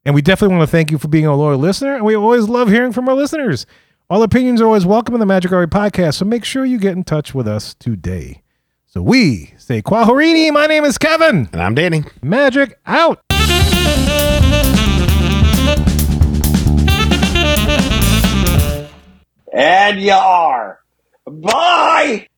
Speaker 2: And we definitely want to thank you for being a loyal listener. And we always love hearing from our listeners. All opinions are always welcome in the Magic Hour podcast. So make sure you get in touch with us today. So we say Quahorini. My name is Kevin.
Speaker 3: And I'm Danny.
Speaker 2: Magic out.
Speaker 5: And you are. Bye!